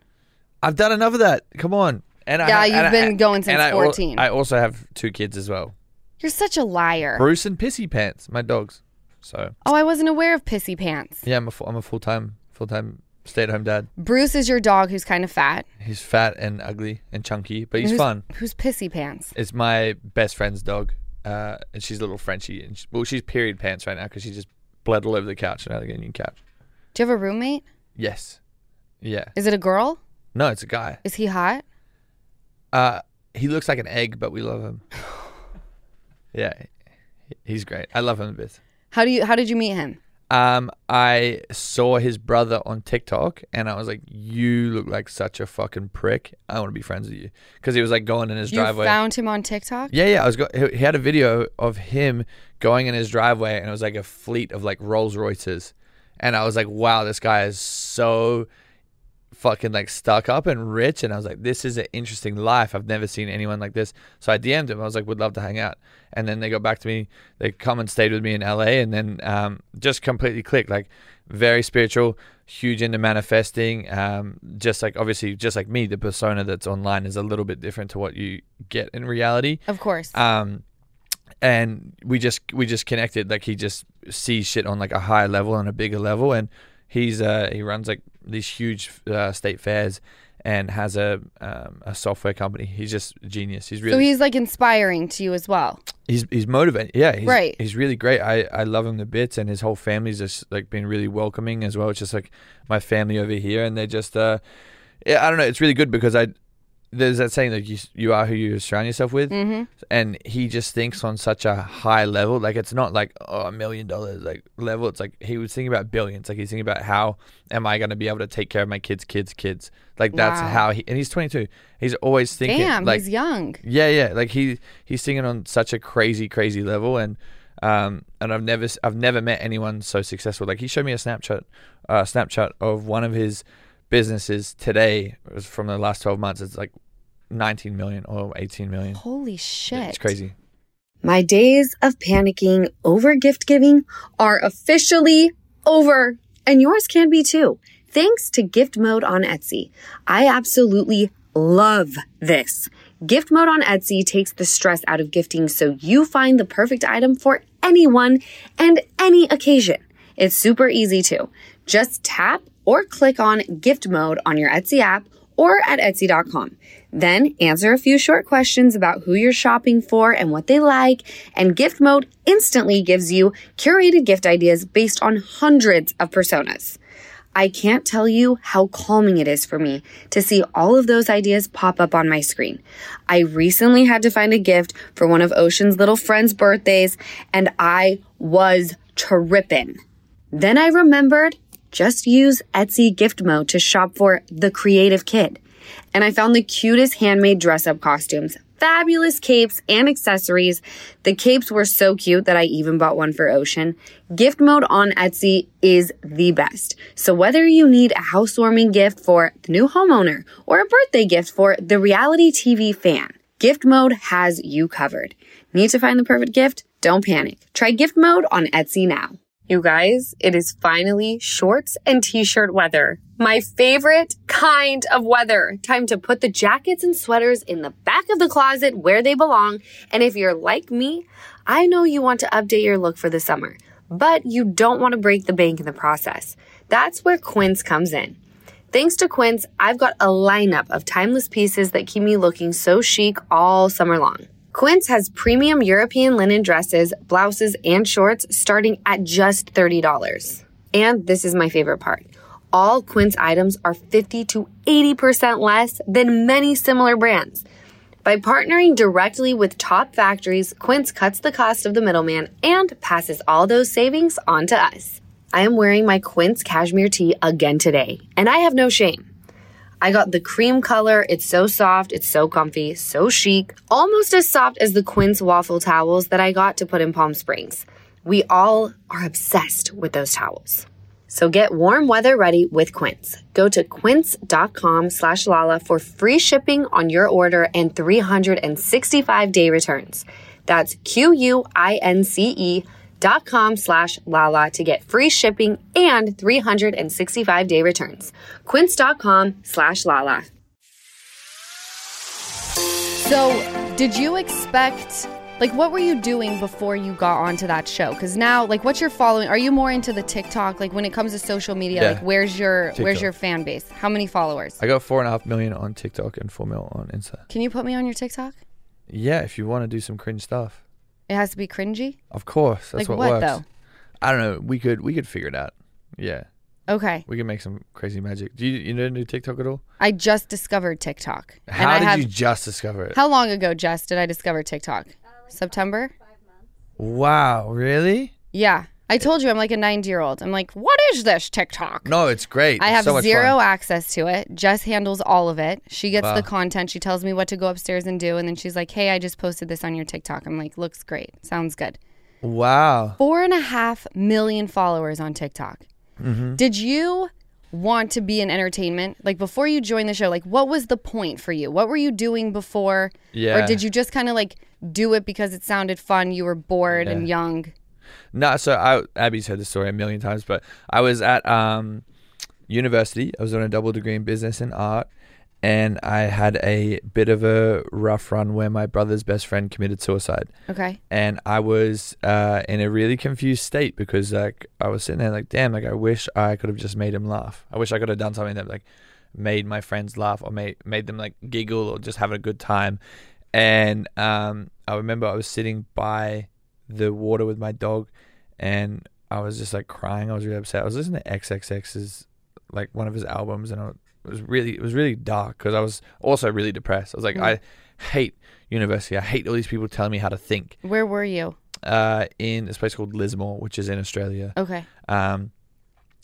D: I've done enough of that. Come on. And I,
E: Yeah,
D: and
E: you've
D: I-
E: been going
D: and
E: since
D: I al-
E: 14.
D: I also have two kids as well,
E: You're such a liar.
D: Bruce and Pissy Pants, my dogs. So
E: Oh, I wasn't aware of Pissy Pants.
D: yeah, I'm a fu- I'm a full time full time stay at home dad.
E: Bruce is your dog who's kind of fat.
D: He's fat and ugly and chunky, but he's
E: who's,
D: fun.
E: Who's Pissy Pants?
D: It's my best friend's dog, uh, and she's a little Frenchie. And she, well, she's period pants right now because she just bled all over the couch and had to get a new couch.
E: Do you have a roommate?
D: Yes, yeah.
E: Is it a girl?
D: No, it's a guy.
E: Is he hot?
D: Uh, he looks like an egg, but we love him. yeah, he- he's great. I love him a bit.
E: How do you? How did you meet him?
D: Um, I saw his brother on TikTok, and I was like, "You look like such a fucking prick. I want to be friends with you." Because he was like going in his
E: You
D: driveway.
E: found him on TikTok.
D: yeah, yeah. I was. Go- he he had a video of him going in his driveway, and it was like a fleet of like Rolls Royces, and I was like, "Wow, this guy is so." fucking like stuck up and rich and I was like this is an interesting life I've never seen anyone like this so I DM'd him I was like would love to hang out and then they got back to me they come and stayed with me in LA and then um, just completely clicked like very spiritual huge into manifesting um, just like obviously just like me the persona that's online is a little bit different to what you get in reality
E: Of course.
D: um and we just we just connected like he just sees shit on like a higher level and a bigger level and he's uh he runs like these huge uh, state fairs and has a um, a software company he's just a genius he's really
E: So he's like inspiring to you as well.
D: he's he's motivated. Yeah, he's,
E: Right.
D: He's really great. I I love him to bits, and his whole family's just like been really welcoming as well. It's just like my family over here, and they're just uh, yeah, I don't know. It's really good because I there's that saying that you you are who you surround yourself with, mm-hmm. and he just thinks on such a high level. Like it's not like oh a million dollars like level. It's like he was thinking about billions. Like he's thinking about how am I going to be able to take care of my kids, kids, kids. Like that's
E: Wow.
D: how he and he's 22. He's always thinking
E: Damn,
D: like
E: he's young.
D: yeah, yeah. Like he he's singing on such a crazy, crazy level, and um and I've never s- I've never met anyone so successful. Like he showed me a Snapchat, uh, Snapchat of one of his businesses today. It was from the last twelve months. It's like nineteen million or eighteen million.
E: Holy shit.
D: It's crazy.
F: My days of panicking over gift giving are officially over.
A: And yours can be too, thanks to Gift Mode on Etsy. I absolutely love this. Gift Mode on Etsy takes the stress out of gifting so you find the perfect item for anyone and any occasion. It's super easy too. Just tap or click on Gift Mode on your Etsy app or at Etsy.com. Then answer a few short questions about who you're shopping for and what they like, and Gift Mode instantly gives you curated gift ideas based on hundreds of personas. I can't tell you how calming it is for me to see all of those ideas pop up on my screen. I recently had to find a gift for one of Ocean's little friend's birthdays, and I was trippin'. Then I remembered just use Etsy gift mode to shop for the creative kid. And I found the cutest handmade dress up costumes, fabulous capes and accessories. The capes were so cute that I even bought one for Ocean. Gift mode on Etsy is the best. So whether you need a housewarming gift for the new homeowner or a birthday gift for the reality TV fan, Gift Mode has you covered. Need to find the perfect gift? Don't panic. Try Gift Mode on Etsy now. You guys, it is finally shorts and t shirt weather. My favorite kind of weather. Time to put the jackets and sweaters in the back of the closet where they belong. And if you're like me, I know you want to update your look for the summer, but you don't want to break the bank in the process. That's where Quince comes in. Thanks to Quince, I've got a lineup of timeless pieces that keep me looking so chic all summer long. Quince has premium European linen dresses, blouses, and shorts starting at just $30. And this is my favorite part. All Quince items are 50 to 80% less than many similar brands. By partnering directly with top factories, Quince cuts the cost of the middleman and passes all those savings on to us. I am wearing my Quince cashmere tee again today, and I have no shame. I got the cream color. It's so soft, it's so comfy, so chic, almost as soft as the Quince waffle towels that I got to put in Palm Springs. We all are obsessed with those towels. So get warm weather ready with Quince. Go to quince.com slash Lala for free shipping on your order and 365 day returns. That's Q-U-I-N-C-E E dot com slash Lala to get free shipping and 365 day returns. Quince.com slash Lala.
E: So, did you expect like what were you doing before you got onto that show? Cuz now like what's your following? Are you more into the TikTok like when it comes to social media?
D: Yeah.
E: Like where's your where's
D: TikTok.
E: your fan base? How many followers?
D: I got four and a half million on TikTok and four mil on Insta.
E: Can you put me on your TikTok?
D: Yeah, if you want to do some cringe stuff,
E: It has to be cringy.
D: of course, that's
E: Like
D: what,
E: what,
D: works.
E: though?
D: I don't know. We could we could figure it out. Yeah,
E: Okay.
D: we could make some crazy magic. Do you you don't do TikTok at all?
E: I just discovered TikTok. And
D: How
E: I
D: did
E: have-
D: you just discover it?
E: How long ago, Jess, did I discover TikTok? September?
D: wow, really?
E: Yeah. I told you I'm like a 90 year old. I'm like, what is this TikTok?
D: No, it's great.
E: I
D: It's
E: have
D: so much
E: zero
D: fun.
E: access to it. Jess handles all of it. She gets
D: Wow.
E: the content. She tells me what to go upstairs and do. And then she's like, hey, I just posted this on your TikTok. I'm like, looks great. Sounds good.
D: Wow.
E: Four and a half million followers on TikTok.
D: Mm-hmm.
E: Did you want to be in entertainment? Like before you joined the show, like what was the point for you? What were you doing before?
D: Yeah.
E: Or did you just kind of like do it because it sounded fun? You were bored and young.
D: No, so I Abby's heard the story a million times, but I was at um university. I was doing a double degree in business and art, and I had a bit of a rough run where my brother's best friend committed suicide.
E: Okay.
D: and I was uh, in a really confused state because like I was sitting there like, damn, like I wish I could have just made him laugh. I wish I could have done something that like made my friends laugh or made made them like giggle or just have a good time. And um, I remember I was sitting by the water with my dog, and I was just like crying. I was really upset. I was listening to XXX's like one of his albums, and I was- it was really it was really dark because I was also really depressed. I was like, I hate university. I hate all these people telling me how to think
E: Where were you?
D: uh, in this place called Lismore, which is in Australia.
E: Okay.
D: Um,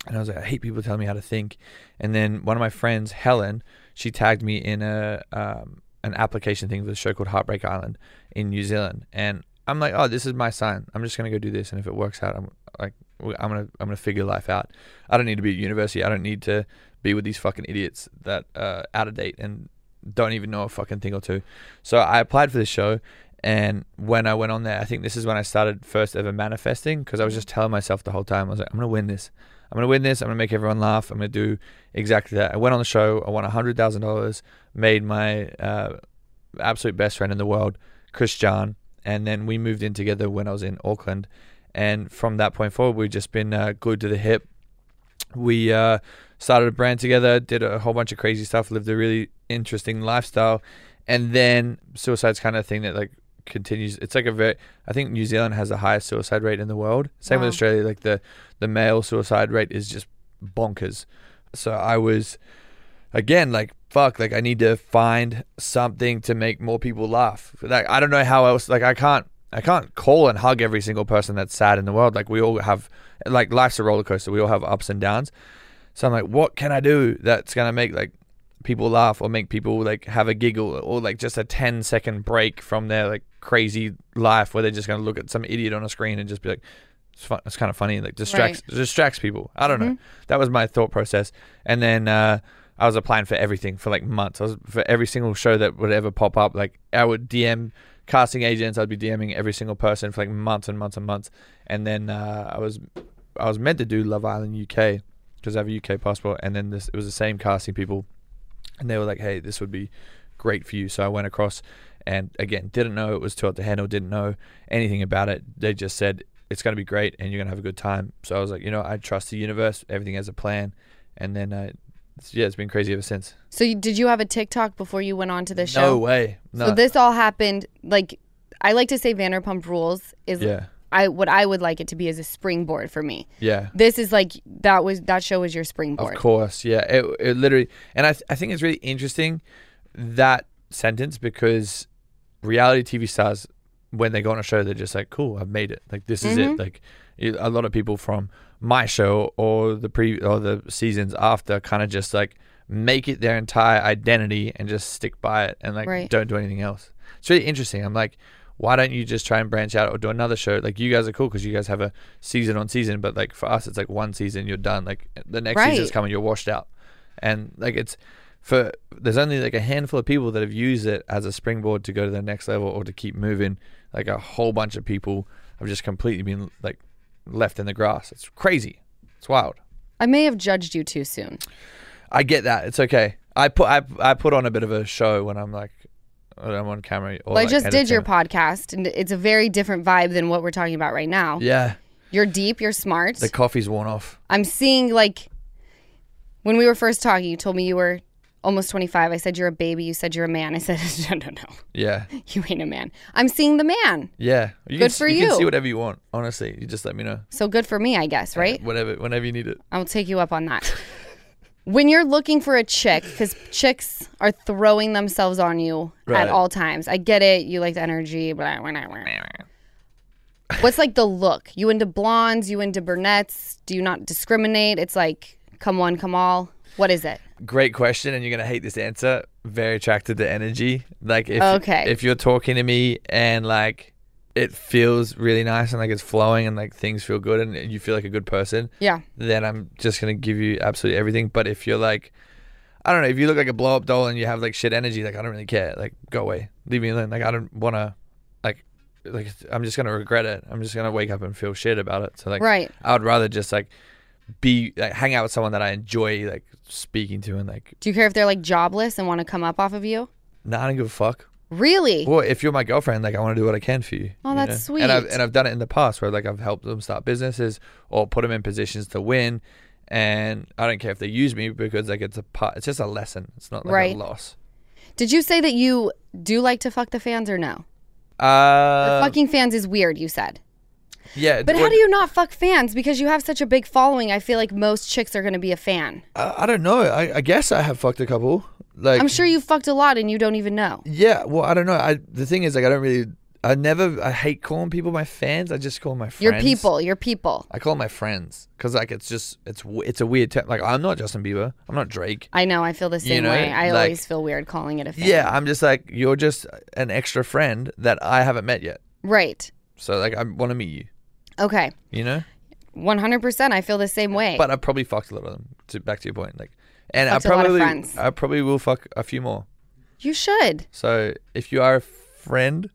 D: and I was like, I hate people telling me how to think. And then one of my friends, Helen, she tagged me in a um, an application thing for the show called Heartbreak Island in New Zealand. And I'm like, oh, this is my sign. I'm just gonna go do this, and if it works out, I'm like, w- I'm gonna I'm gonna figure life out. I don't need to be at university. I don't need to be with these fucking idiots that uh, out of date and don't even know a fucking thing or two. So I applied for this show, And when I went on there, I think this is when I started first ever manifesting because I was just telling myself the whole time, I was like, I'm going to win this. I'm going to win this. I'm going to make everyone laugh. I'm going to do exactly that. I went on the show. I won $100,000, made my uh, absolute best friend in the world, Chris John. And then we moved in together when I was in Auckland. And from that point forward, we've just been uh, glued to the hip. We uh, started a brand together, did a whole bunch of crazy stuff, lived a really interesting lifestyle. And then suicide's kind of thing that like continues. It's like a very, I think New Zealand has the highest suicide rate in the world. Same
A: Wow.
D: with Australia. Like the, the male suicide rate is just bonkers. So I was, again, like, fuck, like I need to find something to make more people laugh. Like, I don't know how else, like, I can't, I can't call and hug every single person that's sad in the world. Like, we all have, like, life's a roller coaster. We all have ups and downs. So I'm like, what can I do that's going to make, like, people laugh or make people like have a giggle or like just a 10 second break from their like crazy life where they're just going to look at some idiot on a screen and just be like it's fun it's kind of funny like distracts distracts people i don't know that was my thought process and then uh I was applying for everything for like months. I was for every single show that would ever pop up. Like I would DM casting agents. I'd be DMing every single person for like months and months and months. And then uh, I was I was meant to do Love Island UK because I have a UK passport. And then this it was the same casting people and they were like, "Hey, this would be great for you." So I went across, and again, didn't know it was too hot to handle, didn't know anything about it. They just said it's going to be great, and you're going to have a good time. So I was like, you know, I trust the universe. Everything has a plan, and then uh, it's, yeah, it's been crazy ever since.
E: So you, did you have a TikTok before you went on to the show?
D: No way. No.
E: So this all happened like I like to say Vanderpump Rules is
D: yeah.
E: I what I would like it to be is a springboard for me.
D: Yeah.
E: This is like that was that show was your springboard.
D: Of course, yeah. It, it literally, and I, th- I think it's really interesting that sentence because reality TV stars, when they go on a show, they're just like, "Cool, I've made it. Like this is
E: Mm-hmm.
D: it." Like you- a lot of people from my show or the pre or the seasons after kind of just like make it their entire identity and just stick by it and like
E: Right.
D: don't do anything else. It's really interesting. I'm like. Why don't you just try and branch out or do another show? Like you guys are cool because you guys have a season on season, but like for us, it's like one season you're done. Like the next
E: Right.
D: season's coming, you're washed out, and like it's for there's only like a handful of people that have used it as a springboard to go to the next level or to keep moving. Like a whole bunch of people have just completely been like left in the grass. It's crazy. It's wild.
E: I may have judged you too soon.
D: I get that. It's okay. I put I, I put on a bit of a show when I'm like when I'm on camera. Or,
E: Well,
D: like,
E: I just did your
D: entertainment.
E: podcast and it's a very different vibe than what we're talking about right now.
D: Yeah,
E: You're deep, you're smart.
D: the coffee's worn off.
E: I'm seeing like when we were first talking, you told me you were almost 25. I said you're a baby. You said you're a man. I said no, no, no.
D: Yeah,
E: You ain't a man. I'm seeing the man.
D: yeah. You
E: Good
D: can, s-
E: for
D: You
E: you.
D: can see whatever you want. Honestly, you just let me know.
E: So good for me, I guess, right?
D: Whatever, whenever you need it.
E: I'll take you up on that. when you're looking for a chick, because chicks are throwing themselves on you
D: Right.
E: at all times. I get it. You like the energy. Blah, blah, blah, blah. What's like the look? You into blondes? You into brunettes? Do you not discriminate? It's like come one, come all. What is it?
D: great question and you're gonna hate this answer very attracted to energy like if
E: Okay.
D: if you're talking to me and like it feels really nice and like it's flowing and like things feel good and you feel like a good person
E: Yeah.
D: then i'm just gonna give you absolutely everything but if you're like i don't know if you look like a blow up doll and you have like shit energy like i don't really care like go away leave me alone like i don't wanna like like i'm just gonna regret it i'm just gonna wake up and feel shit about it so like
E: Right.
D: i would rather just like be like hang out with someone that i enjoy like speaking to and like
E: Do you care if they're like jobless and want to come up off of you?
D: No, I don't give a fuck.
E: Really?
D: Well, if you're my girlfriend, like I want to do what I can for you.
E: Oh,
D: you
E: that's
D: And I've,
E: sweet.
D: and I've done it in the past where like I've helped them start businesses or put them in positions to win, and I don't care if they use me because like it's a part. It's just a lesson. It's not like
E: Right.
D: a loss.
E: Did you say that you do like to fuck the fans or no?
D: Uh,
E: Fucking fans is weird, you said.
D: yeah.
E: But how
D: what-
E: do you not fuck fans? Because you have such a big following, I feel like most chicks are going to be a fan.
D: I, I don't know. I, I guess I have fucked a couple. Like
E: I'm sure you fucked a lot and you don't even know.
D: Yeah. Well, I don't know. I the thing is like I don't really. I never. I hate calling people my fans. I just call them my friends.
E: Your people, your people.
D: I call them my friends because like it's just it's w- it's a weird term. Like I'm not Justin Bieber. I'm not Drake.
E: I know, I feel the
D: You
E: same
D: know,
E: way. I
D: like-
E: always feel weird calling it a fan.
D: Yeah, I'm just like you're just an extra friend that I haven't met yet.
E: Right.
D: So like I want to meet you,
E: Okay.
D: you know.
E: 100%. I feel the same way.
D: But I probably fucked a lot of them. To back to your point, like, and
E: Fucked
D: I
E: a lot of
D: probably
E: friends.
D: I probably will fuck a few more.
E: you should.
D: So if you are a friend,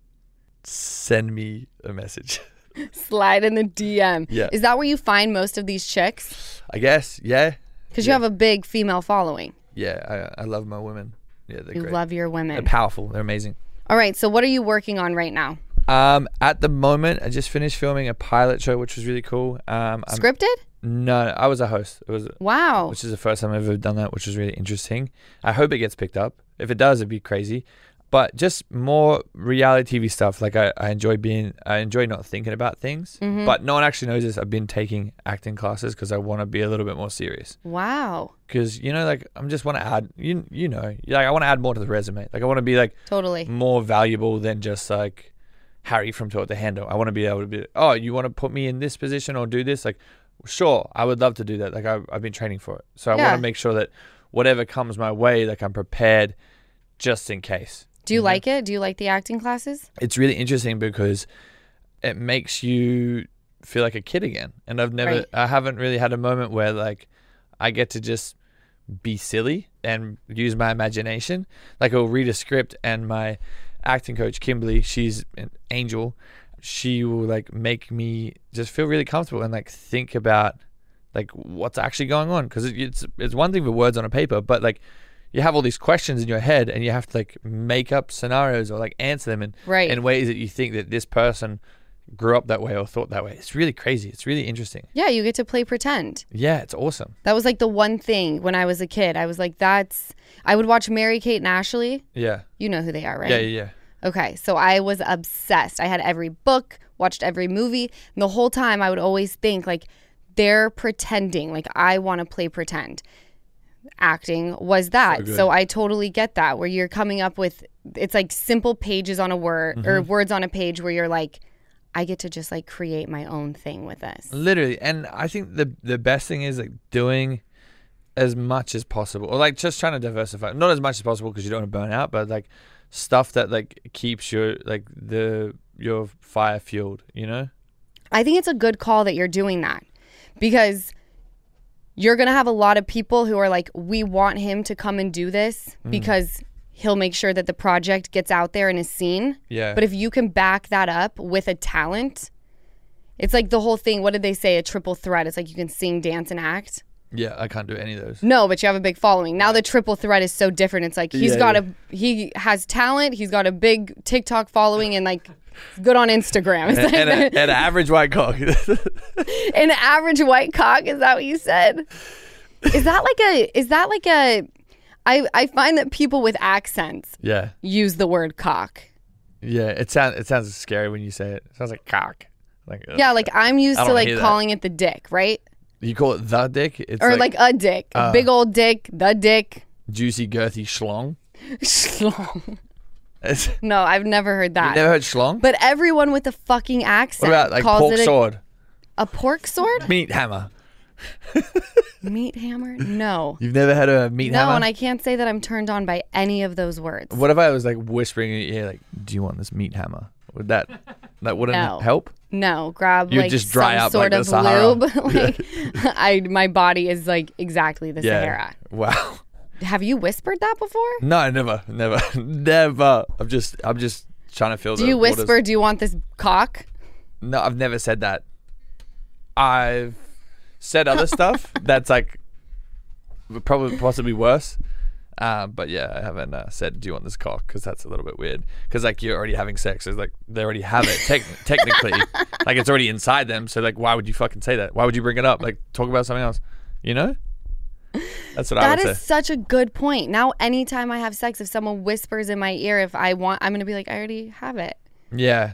D: send me a message.
E: Slide in the DM.
D: Yeah.
E: Is that where you find most of these chicks?
D: I guess. Yeah.
E: Because you have a big female following.
D: Yeah. I, I love my women. Yeah, they're
E: You
D: great.
E: love your
D: they're
E: women.
D: powerful. They're amazing.
E: All right. So what are you working on right now?
D: Um, at the moment, I just finished filming a pilot show, which was really cool. Um, I'm-
E: Scripted?
D: no, I was a host. It was,
A: Oh.
E: Wow.
D: which is the first time I've ever done that, which was really interesting. I hope it gets picked up. If it does, it'd be crazy. But just more reality TV stuff. Like I, I enjoy being, I enjoy not thinking about things. But no one actually knows this. I've been taking acting classes because I want to be a little bit more serious.
E: Wow.
D: Because you know, like I'm just want to add, you you know, like I want to add more to the resume. Like I want to be like
E: Totally.
D: more valuable than just like Harry from Talk the Handle. I want to be able to be, oh, you want to put me in this position or do this? Like, sure, I would love to do that. Like, I, I've been training for it. So I
E: Yeah.
D: want to make sure that whatever comes my way, like, I'm prepared just in case.
E: Do you like it? Do you like the acting classes?
D: It's really interesting because it makes you feel like a kid again. And I've never,
E: Right.
D: I haven't really had a moment where like I get to just be silly and use my imagination. Like I'll read a script and my acting coach Kimberly, she's an angel. She will like make me just feel really comfortable and like think about like what's actually going on because it's it's one thing for words on a paper, but like you have all these questions in your head and you have to like make up scenarios or like answer them in
E: Right.
D: in ways that you think that this person grew up that way or thought that way. It's really crazy. It's really interesting.
E: Yeah, you get to play pretend.
D: Yeah, it's awesome.
E: That was like the one thing when I was a kid. I was like, that's. I would watch Mary Kate and Ashley.
D: Yeah.
E: You know who they are, right?
D: Yeah, yeah, yeah.
E: Okay, so I was obsessed. I had every book, watched every movie, and the whole time I would always think like they're pretending, like I want to play pretend. Acting was that. So, I totally get that where you're coming up with it's like simple pages on a word or words on a page where you're like I get to just like create my own thing with this.
D: Literally. And I think the the best thing is like doing as much as possible or like just trying to diversify. Not as much as possible because you don't want to burn out, but like stuff that like keeps your like the your fire fueled, you know?
E: I think it's a good call that you're doing that because you're going to have a lot of people who are like, we want him to come and do this
D: Mm-hmm.
E: because he'll make sure that the project gets out there and is seen.
D: Yeah.
E: But if you can back that up with a talent, it's like the whole thing. What did they say? A triple threat. It's like you can sing, dance, and act.
D: yeah, I can't do any of those.
E: No, but you have a big following. Now the triple threat is so different. It's like he's
D: Yeah,
E: got
D: yeah.
E: a he has talent. He's got a big TikTok following and like good on Instagram. It's like
D: And, a, and an average white cock.
E: an average white cock is that what you said is that like a is that like a i i find that people with accents
D: yeah.
E: use the word cock
D: Yeah. It sounds it sounds scary when you say it. It sounds like cock. Like ugh.
E: yeah like i'm used
D: I
E: to
D: don't
E: like
D: hear that.
E: calling it the dick right
D: you call it the dick. It's
E: or like, a dick
D: uh,
E: a big old dick the dick
D: juicy girthy schlong.
E: Schlong.
D: It's, you
E: no i've never heard that
D: never heard schlong?
E: but everyone with a fucking
D: what
E: accent
D: about like
E: calls
D: pork
E: it a,
D: sword,
E: a pork sword
D: meat hammer?
E: meat hammer no
D: You've never had a meat hammer?
E: no and i can't say that i'm turned on by any of those words
D: What if I was like whispering in your ear, like, "Do you want this meat hammer?" Would that that wouldn't
E: No.
D: help?
E: No, grab
D: You'd
E: like
D: just dry
E: some
D: up like
E: sort
D: the
E: of
D: Sahara.
E: lube. like I, my body is like exactly the Sahara.
D: Wow.
E: Have you whispered that before?
D: No, never, never, never. I'm just, I'm just trying to feel.
E: Do
D: the
E: you
D: waters.
E: whisper? Do you want this cock?
D: No, I've never said that. I've said other stuff that's like probably possibly worse. Uh, but yeah, I haven't uh, said, "Do you want this cock?" Because that's a little bit weird. Because like you're already having sex, it's like they already have it tec- technically. Like it's already inside them. So like, why would you fucking say that? Why would you bring it up? Like talk about something else. You know? That's what
E: That
D: I would
E: is
D: say.
E: such a good point. Now, anytime I have sex, if someone whispers in my ear, if I want, I'm gonna be like, I already have it.
D: Yeah,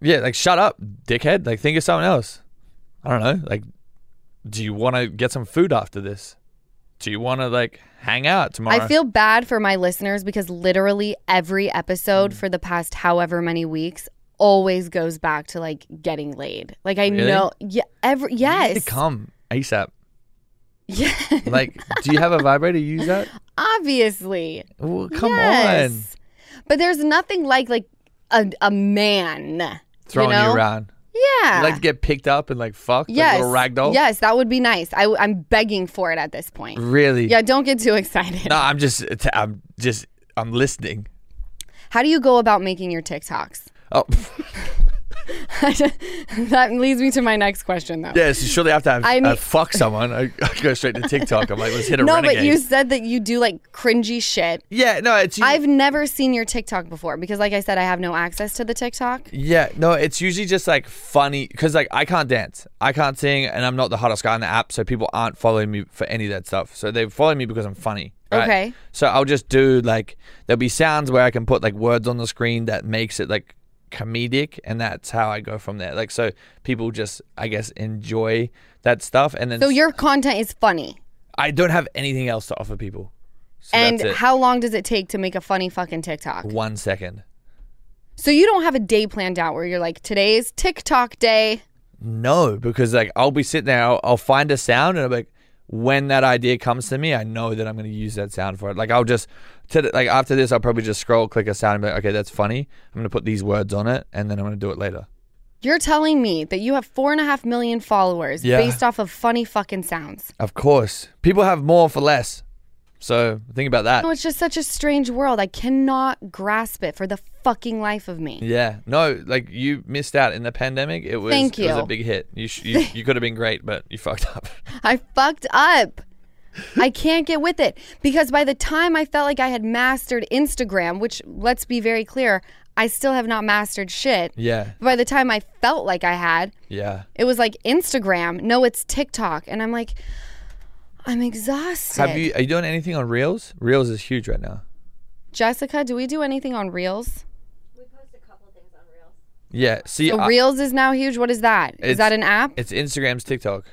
D: yeah. Like shut up, dickhead. Like think of something else. I don't know. Like, do you want to get some food after this? Do you want to like hang out tomorrow?
E: I feel bad for my listeners because literally every episode
D: Mm.
E: for the past however many weeks always goes back to like getting laid. Like I
D: Really?
E: know, yeah, every
D: You need
E: yes,
D: to come ASAP.
E: yeah,
D: Like, do you have a vibrator? You Use that?
E: obviously.
D: Well, come on,
E: Yes. But there's nothing like like a, a man
D: throwing you,
E: know?
D: around.
E: Yeah.
D: You like to get picked up and like fucked, like
E: yes.
D: a little ragdoll.
E: Yes, that would be nice. I, am begging for it at this point.
D: Really?
E: Yeah, don't get too excited.
D: Mm. No, I'm just, I'm just, I'm listening.
E: How do you go about making your TikToks?
D: Oh,
E: that leads me to my next question, though.
D: yes, you surely have to have
E: I mean-
D: uh, fuck someone. I, I go straight to TikTok. I'm like, let's hit a
E: No,
D: renegade.
E: but you said that you do like cringy shit.
D: yeah, no, it's you-
E: I've never seen your TikTok before because, like I said, I have no access to the TikTok.
D: Yeah, no, it's usually just like funny because like I can't dance, I can't sing, and I'm not the hottest guy on the app, so people aren't following me for any of that stuff. So they follow me because I'm funny. right?
E: Okay.
D: So I'll just do like there'll be sounds where I can put like words on the screen that makes it like comedic, and that's how I go from there. Like so, people just I guess enjoy that stuff, and then
E: So your content is funny.
D: I don't have anything else to offer people. So
E: and
D: that's it.
E: how long does it take to make a funny fucking TikTok?
D: One second.
E: So you don't have a day planned out where you're like, today's TikTok day.
D: No, because like I'll be sitting there, I'll, I'll find a sound, and I'm like, when that idea comes to me, I know that I'm going to use that sound for it. Like I'll just, to the, like after this, I'll probably just scroll, click a sound, and be like, okay, that's funny. I'm going to put these words on it, and then I'm going to do it later.
E: You're telling me that you have four and a half million followers
D: Yeah.
E: based off of funny fucking sounds.
D: Of course, people have more for less, so think about that.
E: No, it's just such a strange world. I cannot grasp it for the fucking life of me.
D: Yeah, no, like you missed out in the pandemic. It was,
E: Thank
D: It was
E: you.
D: a big hit. You sh- you, you could have been great, but you fucked up.
E: I fucked up. I can't get with it because by the time I felt like I had mastered Instagram, which let's be very clear, I still have not mastered shit.
D: yeah,
E: By the time I felt like I had,
D: yeah.
E: it was like Instagram. No, it's TikTok, and I'm like, I'm exhausted.
D: Have you are you doing anything on Reels? Reels is huge right now.
E: Jessica? Do we do anything on Reels?
D: Yeah, see,
E: So
D: I-
E: Reels is now huge. What is that? Is
D: It's-
E: that an app?
D: It's Instagram's TikTok.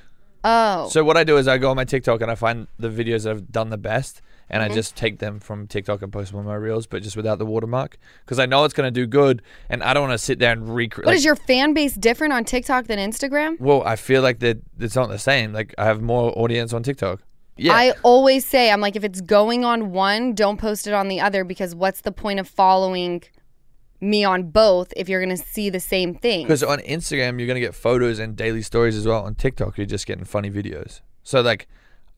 E: Oh,
D: So what I do is I go on my TikTok and I find the videos that have done the best, and
E: Mm-hmm.
D: I just take them from TikTok and post them on my reels, but just without the watermark, because I know it's gonna do good, and I don't want to sit there and recreate.
E: what is your fan base different on TikTok than Instagram?
D: Well, I feel like that it's not the same. Like I have more audience on TikTok. Yeah.
E: I always say, I'm like, if it's going on one, don't post it on the other because what's the point of following me on both if you're going to see the same thing?
D: because on Instagram you're gonna get photos and daily stories as well. On TikTok you're just getting funny videos. So like,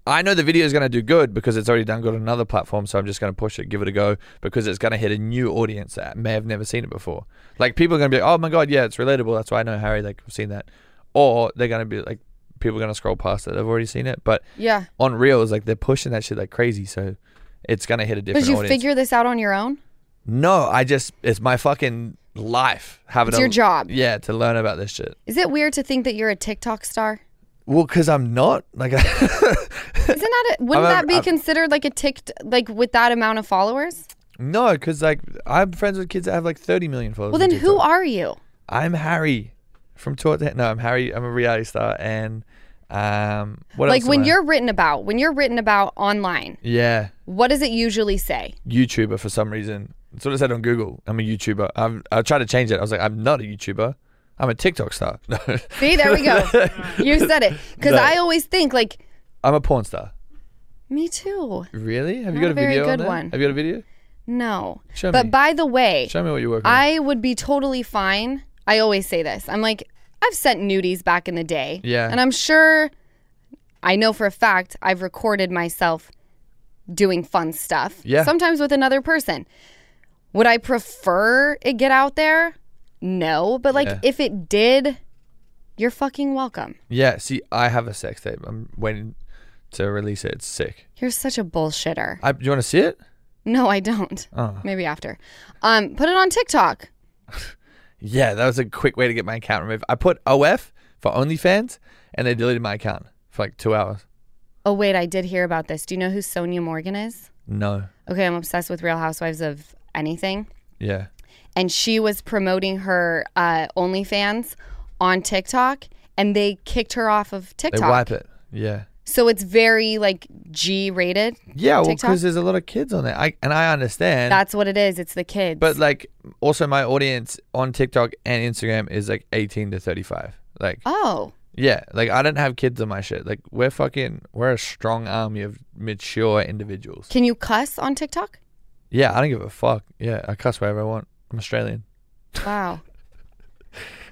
D: I know the video is gonna do good because it's already done good on another platform. So I'm just gonna push it, give it a go because it's gonna hit a new audience that may have never seen it before. Like people are gonna be like, oh my god, yeah, it's relatable. That's why I know Harry. Like I've seen that, or they're gonna be like, people are gonna scroll past it. They've already seen it. But
E: Yeah.
D: on Reels, like they're pushing that shit like crazy. So it's gonna hit a different.
E: But you
D: audience.
E: figure this out on your own?
D: No, I just it's my fucking life. Having
E: It's
D: to-
E: your job.
D: Yeah, to learn about this shit.
E: Is it weird to think that you're a TikTok star?
D: Well, because I'm not like I,
E: Isn't that, a, wouldn't
D: I'm-
E: that be
D: I'm-
E: considered like a tick, like with that amount of followers?
D: no, because like I'm friends with kids that have like 30 million followers.
E: Well, then who are you?
D: I'm Harry from Talk to No, I'm Harry. I'm a reality star, and um, what
E: Like
D: else am
E: when
D: I?
E: you're written about, when you're written about online,
D: yeah
E: what does it usually say?
D: YouTuber for some reason. That's what I said on Google. I'm a YouTuber. I'm, I tried to change it. I was like, I'm not a YouTuber. I'm a TikTok star. No,
E: See, there we go. you said it. Because
D: No.
E: I always think like,
D: I'm a porn star.
E: me too.
D: Really? Have you got
E: Not a
D: a
E: very
D: video? on
E: good
D: there?
E: one.
D: Have you got a video?
E: No.
D: Show
E: but
D: me.
E: by the way,
D: Show me what you're working. on.
E: I would be totally fine. I always say this. I'm like, I've sent nudies back in the day.
D: Yeah.
E: And I'm sure, I know for a fact, I've recorded myself doing fun stuff.
D: Yeah.
E: Sometimes with another person. Would I prefer it get out there? No. But like,
D: Yeah.
E: if it did, you're fucking welcome.
D: Yeah, see, I have a sex tape. I'm waiting to release it. It's sick.
E: You're such a bullshitter.
D: I, do you want to see it?
E: No, I don't.
D: Oh.
E: Maybe after. Um, put it on TikTok.
D: Yeah, that was a quick way to get my account removed. I put OF for OnlyFans and they deleted my account for like two hours.
E: Oh wait, I did hear about this. Do you know who Sonia Morgan is?
D: No.
E: Okay, I'm obsessed with Real Housewives of anything.
D: Yeah.
E: And she was promoting her uh, OnlyFans on TikTok, and they kicked her off of
D: They
E: TikTok.
D: wipe it. Yeah.
E: So it's very like G-rated.
D: Yeah, well,
E: TikTok?
D: because there's a lot of kids on there. I, and I understand.
E: That's what it is. It's the kids.
D: but like, also, my audience on TikTok and Instagram is like 18 to 35. Like,
E: oh,
D: yeah, like I don't have kids on my shit. Like, we're fucking, we're a strong army of mature individuals.
E: can you cuss on TikTok?
D: Yeah, I don't give a fuck. Yeah, I cuss wherever I want. I'm Australian.
E: Wow,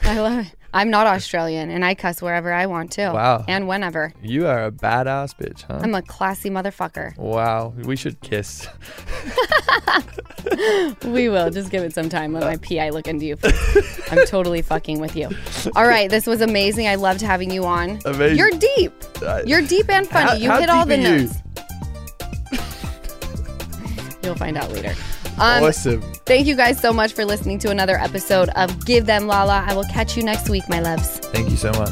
E: I love it. I'm not Australian and I cuss wherever I want to.
D: Wow.
E: And whenever.
D: You are a badass bitch, huh?
E: I'm a classy motherfucker.
D: wow. We should kiss.
E: We will. Just give it some time. Let my PI look into you. first. I'm totally fucking with you. All right. This was amazing. I loved having you on.
D: Amazing.
E: You're deep.
D: I-
E: You're deep and funny.
D: How-
E: you
D: how
E: hit all the
D: deep are you?
E: notes. You'll find out later. Um,
D: awesome.
E: Thank you guys so much for listening to another episode of Give Them Lala. I will catch you next week, my loves.
D: Thank you so much.